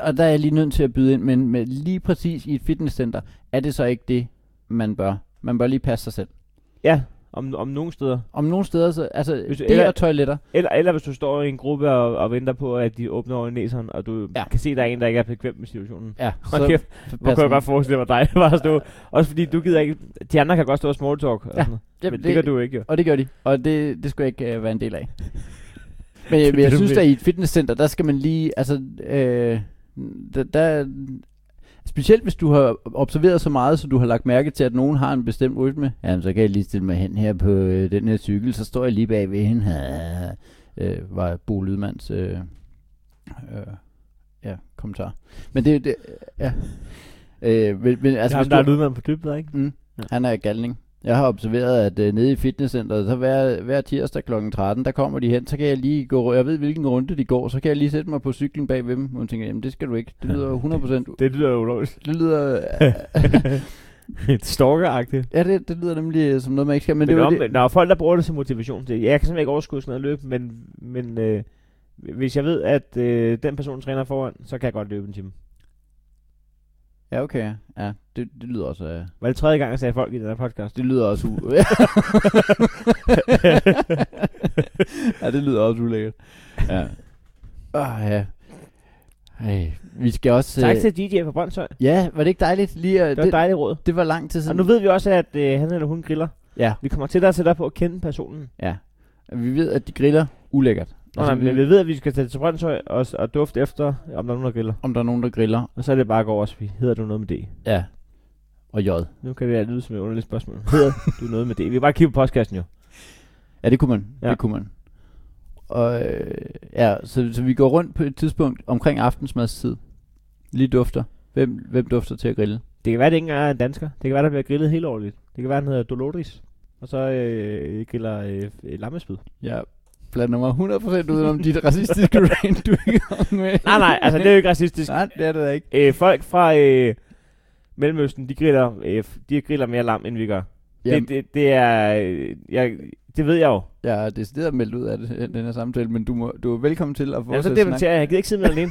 S3: og der er jeg lige nødt til at byde ind, men med lige præcis i et fitnesscenter, er det så ikke det, man bør? Man bør lige passe sig selv.
S2: ja, om, om nogle steder.
S3: Om nogle steder, så, altså
S2: Hvis-
S3: Hvis,
S2: eller-
S3: det og toiletter,
S2: Eller, eller hvis du står i en gruppe og, og venter på, at de åbner over næseren, og du ja.
S3: Ja.
S2: kan se, at der er en, der ikke er bekvem med situationen.
S3: ja,
S2: Hold kæft, Hvor
S3: så pas
S2: kunne jeg
S3: nu.
S2: godt forestille mig dig bare at stå. Også fordi du gider ikke... De andre kan godt stå og small talk. Og
S3: Ja,
S2: sådan noget.
S3: Jamen,
S2: Men det, det gør du ikke, jo.
S3: Og det Altså, gør de, og det, det skulle jeg ikke øh, være en del af. Men, jeg- men jeg
S2: Det er
S3: synes,
S2: vildt.
S3: at i et fitnesscenter, der skal man lige, altså, øh, der, der, specielt hvis du har observeret så meget, så du har lagt mærke til, at nogen har en bestemt rytme, jamen så kan jeg lige stille mig hen her på øh, den her cykel, så står jeg lige bag ved hende, øh, var Bo Lydmans øh, øh, ja, kommentar. Men det, det ja. Øh, men, men, altså,
S2: Altså, Jamen,
S3: hvis
S2: der
S3: du-
S2: er lydmand på dybet, ikke?
S3: Mm.
S2: Ja.
S3: Han er galning. Jeg har observeret, at øh, nede i fitnesscenteret, så hver, hver tirsdag kl. 13, der kommer de hen, så kan jeg lige gå, jeg ved hvilken runde de går, så kan jeg lige sætte mig på cyklen bag ved dem, og hun tænker, jamen det skal du ikke, det lyder 100%,
S2: Det lyder jo ulovligt.
S3: det lyder,
S2: Stalker-agtigt.
S3: ja det, det lyder nemlig øh, som noget, man ikke skal, men,
S2: Men,
S3: det
S2: men
S3: var
S2: om,
S3: det,
S2: det. når folk, der bruger det som motivation til... Jeg kan simpelthen ikke overskue sådan noget løb, men... men øh, hvis jeg ved, at øh, den person træner foran, så kan jeg godt løbe en time.
S3: ja okay, ja, det, det lyder også, øh,
S2: Var det tredje gang, jeg sagde folk i den her podcast?
S3: det lyder også, u- ja det lyder også ulækkert, ja, åh ja, Ej, vi skal også,
S2: Tak
S3: øh,
S2: til DJ fra Brøndshøj.
S3: ja, var det ikke dejligt lige, at-
S2: Det var et dejligt råd.
S3: det Altså- var lang tid siden,
S2: Og nu ved vi også, at øh, han eller hun griller.
S3: ja,
S2: Vi kommer tættere og tættere på at kende personen.
S3: Ja. Vi ved, at de griller ulækkert. Altså,
S2: Nå, nej, men
S3: vi,
S2: Altså, vi ved, at vi skal tage til Brøndshøj og, og dufte efter, om der er nogen, der griller.
S3: om der er nogen, der griller.
S2: Og så er det bare at gå over og sige, hedder du noget med D?
S3: Ja. Og J.
S2: Nu kan det lyde som et underligt spørgsmål. Hedder du noget med D? Vi kan bare kigge på podcasten jo.
S3: Ja, det kunne man.
S2: Ja.
S3: Ja. Det kunne man. Og øh, ja, så, så vi går rundt på et tidspunkt omkring aftensmadstid. Lige dufter. Hvem, hvem dufter til at grille?
S2: Det kan være, det ikke engang er en dansker. Det kan være, der bliver grillet helt årligt. Det kan være, han hedder Dolodris. Og så øh, griller øh, øh, lammespyd.
S3: Jeg blander mig 100% ud om dit racistiske rant, du er i gang med.
S2: Nej, nej, altså det er jo ikke racistisk.
S3: Nej, det er det da ikke.
S2: Øh, folk fra øh, Mellemøsten, de griller, øh, de griller mere lam, end vi gør.
S3: Jamen.
S2: Det, det, det, er, øh, jeg, det ved jeg jo.
S3: Jeg er decideret meldt ud af det, den her samtale, men du, må, du er velkommen til at få
S2: Jamen, så
S3: at
S2: debatterer jeg. Jeg gider ikke sidde med alene.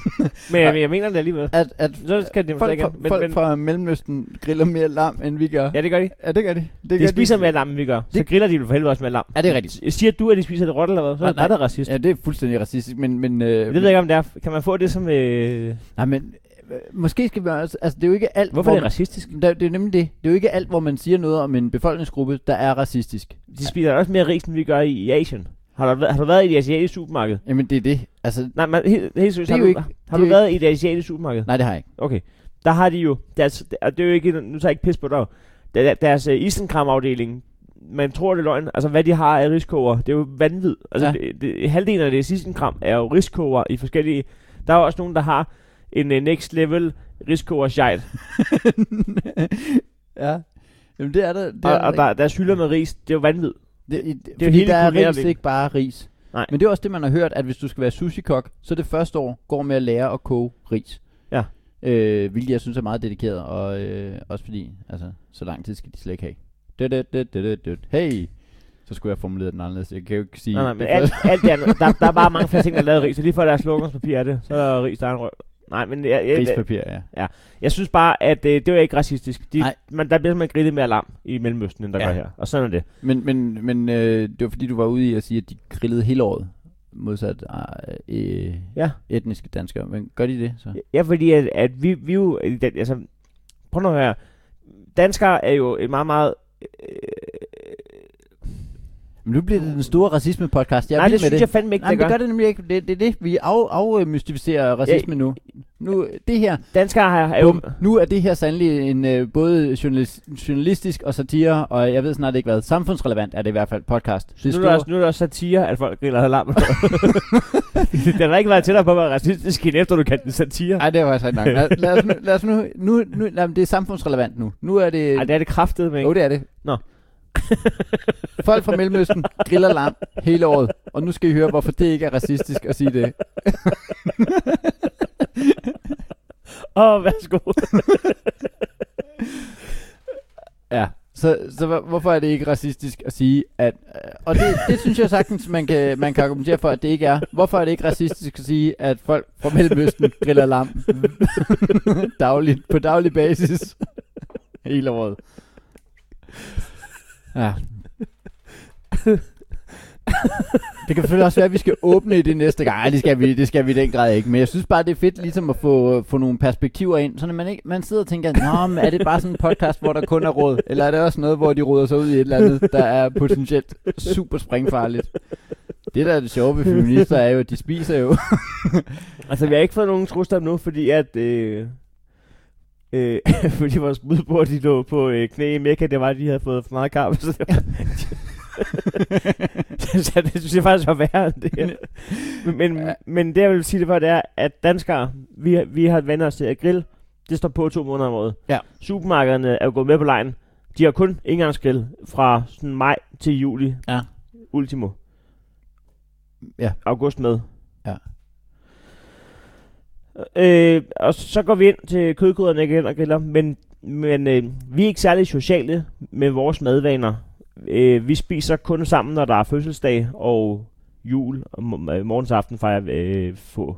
S2: Men jeg, jeg mener det alligevel.
S3: At, at
S2: Så skal det
S3: folk, fra,
S2: igen. Men,
S3: folk
S2: men,
S3: fra Mellemøsten griller mere lam, end vi gør.
S2: ja, det gør de.
S3: ja det gør de. Det
S2: De spiser mere lam, end vi gør. Så
S3: Det-
S2: griller de vel for helvede også mere lam.
S3: Ja, det er rigtigt.
S2: Siger du, at de spiser det råt eller hvad? Så
S3: Nej,
S2: er
S3: nej.
S2: det racist.
S3: Ja, det er fuldstændig racistisk, men... men øh,
S2: Det ved jeg ikke, om det er. Kan man få det som... Øh...
S3: Nej, men øh, måske skal vi også... Altså, det er jo ikke alt...
S2: Hvorfor
S3: hvor
S2: er det racistisk?
S3: man, der, det er nemlig det. Det er jo ikke alt, hvor man siger noget om en befolkningsgruppe, der er racistisk.
S2: De spiser også mere ris, end vi gør i, i Asien. Har du, væ- har du været i det asiatiske supermarked?
S3: Jamen, det er det. Altså,
S2: Nej, men helt, helt seriøst,
S3: Det er
S2: har,
S3: jo
S2: du,
S3: ikke-
S2: har
S3: det
S2: du
S3: er jo
S2: været i det asiatiske supermarked?
S3: nej, det har jeg ikke.
S2: Okay. Der har de jo, deres, og det er jo ikke, nu tager jeg ikke pis på dig, Der- deres uh, isenkramafdeling, man tror det er løgn, altså hvad de har af riskoger, det er jo vanvid. Altså
S3: Ja.
S2: ja. det, det, halvdelen af det isenkram er jo riskoger i forskellige, der er jo også nogen, der har en uh, next level riskoger shite,
S3: ja. Jamen, det er der. Det
S2: og,
S3: er der,
S2: og der, deres hylder med ris, det er jo vanvid.
S3: Det, i- det,
S2: jo
S3: fordi
S2: hele
S3: der er
S2: Korea,
S3: ris,
S2: vel?
S3: ikke bare ris.
S2: Nej.
S3: Men det er også det, man har hørt, at hvis du skal være sushi-kok, så det første år går med at lære at koge ris.
S2: Ja.
S3: Øh, hvilket jeg synes er meget dedikeret, og øh, også fordi, altså, så lang tid skal de slet ikke have. Det, det, det, det, det, det. Hey! Så skulle jeg formulere den anderledes. Jeg kan jo ikke sige...
S2: Nej, nej, men
S3: det,
S2: alt, alt det andet, der, der er bare mange flere ting, der er lavet af ris, så lige for deres sloganspapir er det, så er der ris, der er en røv. Nej, men jeg, jeg, jeg,
S3: Rispapir, ja.
S2: jeg synes bare, at øh, det var ikke racistisk. De,
S3: Nej.
S2: man, der bliver simpelthen grillet mere alarm i Mellemøsten, end der
S3: Ja.
S2: ja. gør her. Og sådan er det.
S3: Men, men, men øh, det var fordi, du var ude i at sige, at de grillede hele året. Modsat øh,
S2: Ja.
S3: etniske danskere. Men gør de det, så?
S2: Ja, fordi at, at vi, vi jo... i den- Altså, prøv nu at høre. Danskere er jo et meget, meget... Øh,
S3: Men nu bliver det den store racisme-podcast. Jeg er
S2: nej, det
S3: vild med
S2: synes
S3: det.
S2: jeg fandme ikke,
S3: Nej,
S2: det
S3: men det
S2: gør.
S3: gør det nemlig ikke. Det, det er det. Vi af, afmystificerer racisme nu. Nu, det her,
S2: Danskere har, er jo...
S3: bum, nu er det her sandelig en øh, både journalis, journalistisk og satire, og jeg ved snart ikke hvad. Samfundsrelevant er det i hvert fald podcast. Det
S2: Nu er, der også, nu er der også satire, at folk griller alarm. den har ikke været tættere på at være racistisk, end efter du kaldte den satire.
S3: Ej, det var faktisk nok. Lad, lad, os nu, lad os nu, nu, nu lad, det er samfundsrelevant nu. Nu er det...
S2: Ej, det er det kraftede med,
S3: Jo,
S2: ikke?
S3: det er det.
S2: Nå.
S3: Folk fra Mellemøsten griller lam hele året, og nu skal I høre, hvorfor det ikke er racistisk at sige det.
S2: Åh, oh, værsgo.
S3: Ja. Så, så hvor- hvorfor er det ikke racistisk at sige, at... øh, Og det, det synes jeg sagtens, man kan, man kan argumentere for, at det ikke er. Hvorfor er det ikke racistisk at sige, at folk fra Mellemøsten griller lam dagligt, på daglig basis hele året? Ja. Det kan selvfølgelig også være, at vi skal åbne i det næste gang. Nej, det skal vi, det skal vi i den grad ikke. Men jeg synes bare, det er fedt ligesom at få, få nogle perspektiver ind, så man, ikke, man sidder og tænker, Nå, men er det bare sådan en podcast, hvor der kun er råd? Eller er det også noget, hvor de råder sig ud i et eller andet, der er potentielt super springfarligt? Det, der er det sjove ved feminister, er jo, at de spiser jo.
S2: altså, vi har ikke fået nogen trusler nu, fordi at... Øh, øh, fordi vores budbord, de lå på øh, knæ i Mekka, det var, at de havde fået for meget kaffe, så det var, så det synes jeg faktisk var værre end det her. Men, men, men det jeg vil sige det for, det er, at danskere, vi, vi har vendt os til at grille. Det står på to måneder om året.
S3: Ja.
S2: Supermarkederne er jo gået med på lejen. De har kun engangsgrill fra sådan maj til juli.
S3: Ja.
S2: Ultimo.
S3: Ja.
S2: August med.
S3: Ja.
S2: Øh, og så går vi ind til kødkoderne igen og griller, men, men øh, vi er ikke særlig sociale med vores madvaner. Øh, vi spiser kun sammen, når der er fødselsdag og jul, og mo- øh, morgensaften fejrer øh, få.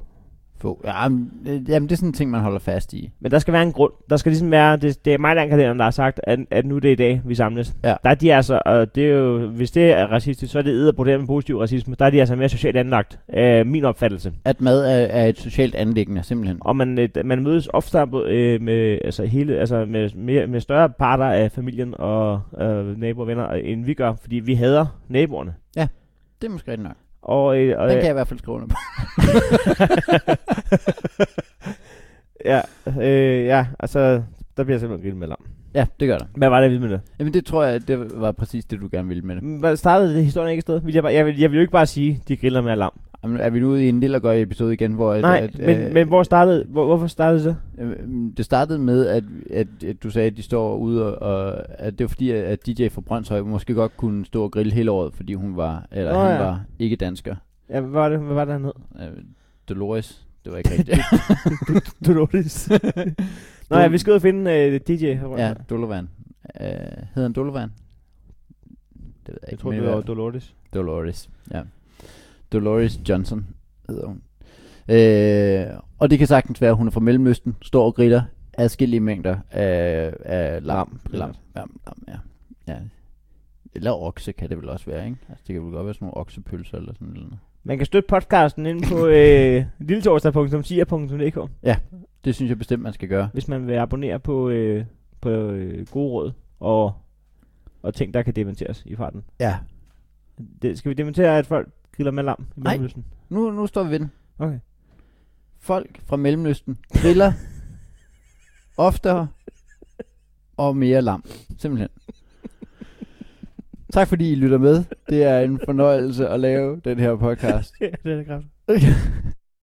S3: Få. Jamen, øh, jamen, det er sådan en ting, man holder fast i.
S2: Men der skal være en grund. Der skal ligesom være, det, det er mig, der er kalenderen, der har sagt, at, at nu det er i dag, vi samles.
S3: Ja.
S2: Der er de altså, og det er jo, hvis det er racistisk, så er det edderproblem med positiv racisme. Der er de altså mere socialt anlagt, øh, min opfattelse.
S3: At mad er, er et socialt anlæggende, simpelthen.
S2: Og man, øh, man mødes ofte øh, med, altså hele, altså med, med, med større parter af familien og øh, naboer og venner, end vi gør, fordi vi hader naboerne.
S3: Det er måske rigtigt nok.
S2: Og, øh, og,
S3: Den kan jeg i hvert fald skrive under på.
S2: ja, øh, ja, altså, der bliver simpelthen grillet med lam.
S3: Ja, det gør der.
S2: Hvad var det, vi med det?
S3: Jamen, det tror jeg, det var præcis det, du gerne ville med det.
S2: Mm, Hvad startede det historien ikke et sted? Vil jeg, bare, jeg, vil, jeg vil jo ikke bare sige, de griller med alarm.
S3: Jamen, er vi nu ude i en lille gør episode igen, hvor... At, øh,
S2: Nej,
S3: at,
S2: men, men hvor startede, hvor, hvorfor startede det?
S3: Øhm, Det startede med, at, at, at du sagde, at de står ude, og, og at det var fordi, at- at DJ fra Brøndshøj måske godt kunne stå og grille hele året, fordi hun var, eller
S2: Nå
S3: oh, han
S2: ja.
S3: ja. var ikke dansker.
S2: Ja, hvad var det, hvad var det han hed?
S3: Øh, Dolores, det var ikke rigtigt.
S2: Dolores. Nå ja, vi skal ud og finde øh, DJ. Ja,
S3: ja, Dolovan. Øh, hed han Dolovan? Det ved jeg ikke.
S2: jeg tror,
S3: men i
S2: det
S3: hvert
S2: var
S3: fald-
S2: Dolores.
S3: Dolores, ja. Dolores Johnson hedder hun. Øh, og det kan sagtens være, at hun er fra Mellemøsten, står og griller adskillige mængder af, af lam. Lam, lam, lam ja. ja. Eller okse kan det vel også være, ikke? Altså, det kan vel godt være sådan nogle oksepølser eller sådan noget.
S2: Man kan støtte podcasten ind på øh, lilletorsdag.sia.dk,
S3: Det synes jeg bestemt, man skal gøre.
S2: hvis man vil abonnere på, øh, på øh, gode råd og, og ting, der kan dementeres i farten.
S3: Ja.
S2: Det, skal vi dementere, at folk griller med lam i
S3: Nej.
S2: Mellemøsten?
S3: Nu, nu står vi ved den.
S2: Okay.
S3: Folk fra Mellemøsten griller oftere og mere lam. Simpelthen. Tak fordi I lytter med. Det er en fornøjelse at lave den her podcast.
S2: det er det klart.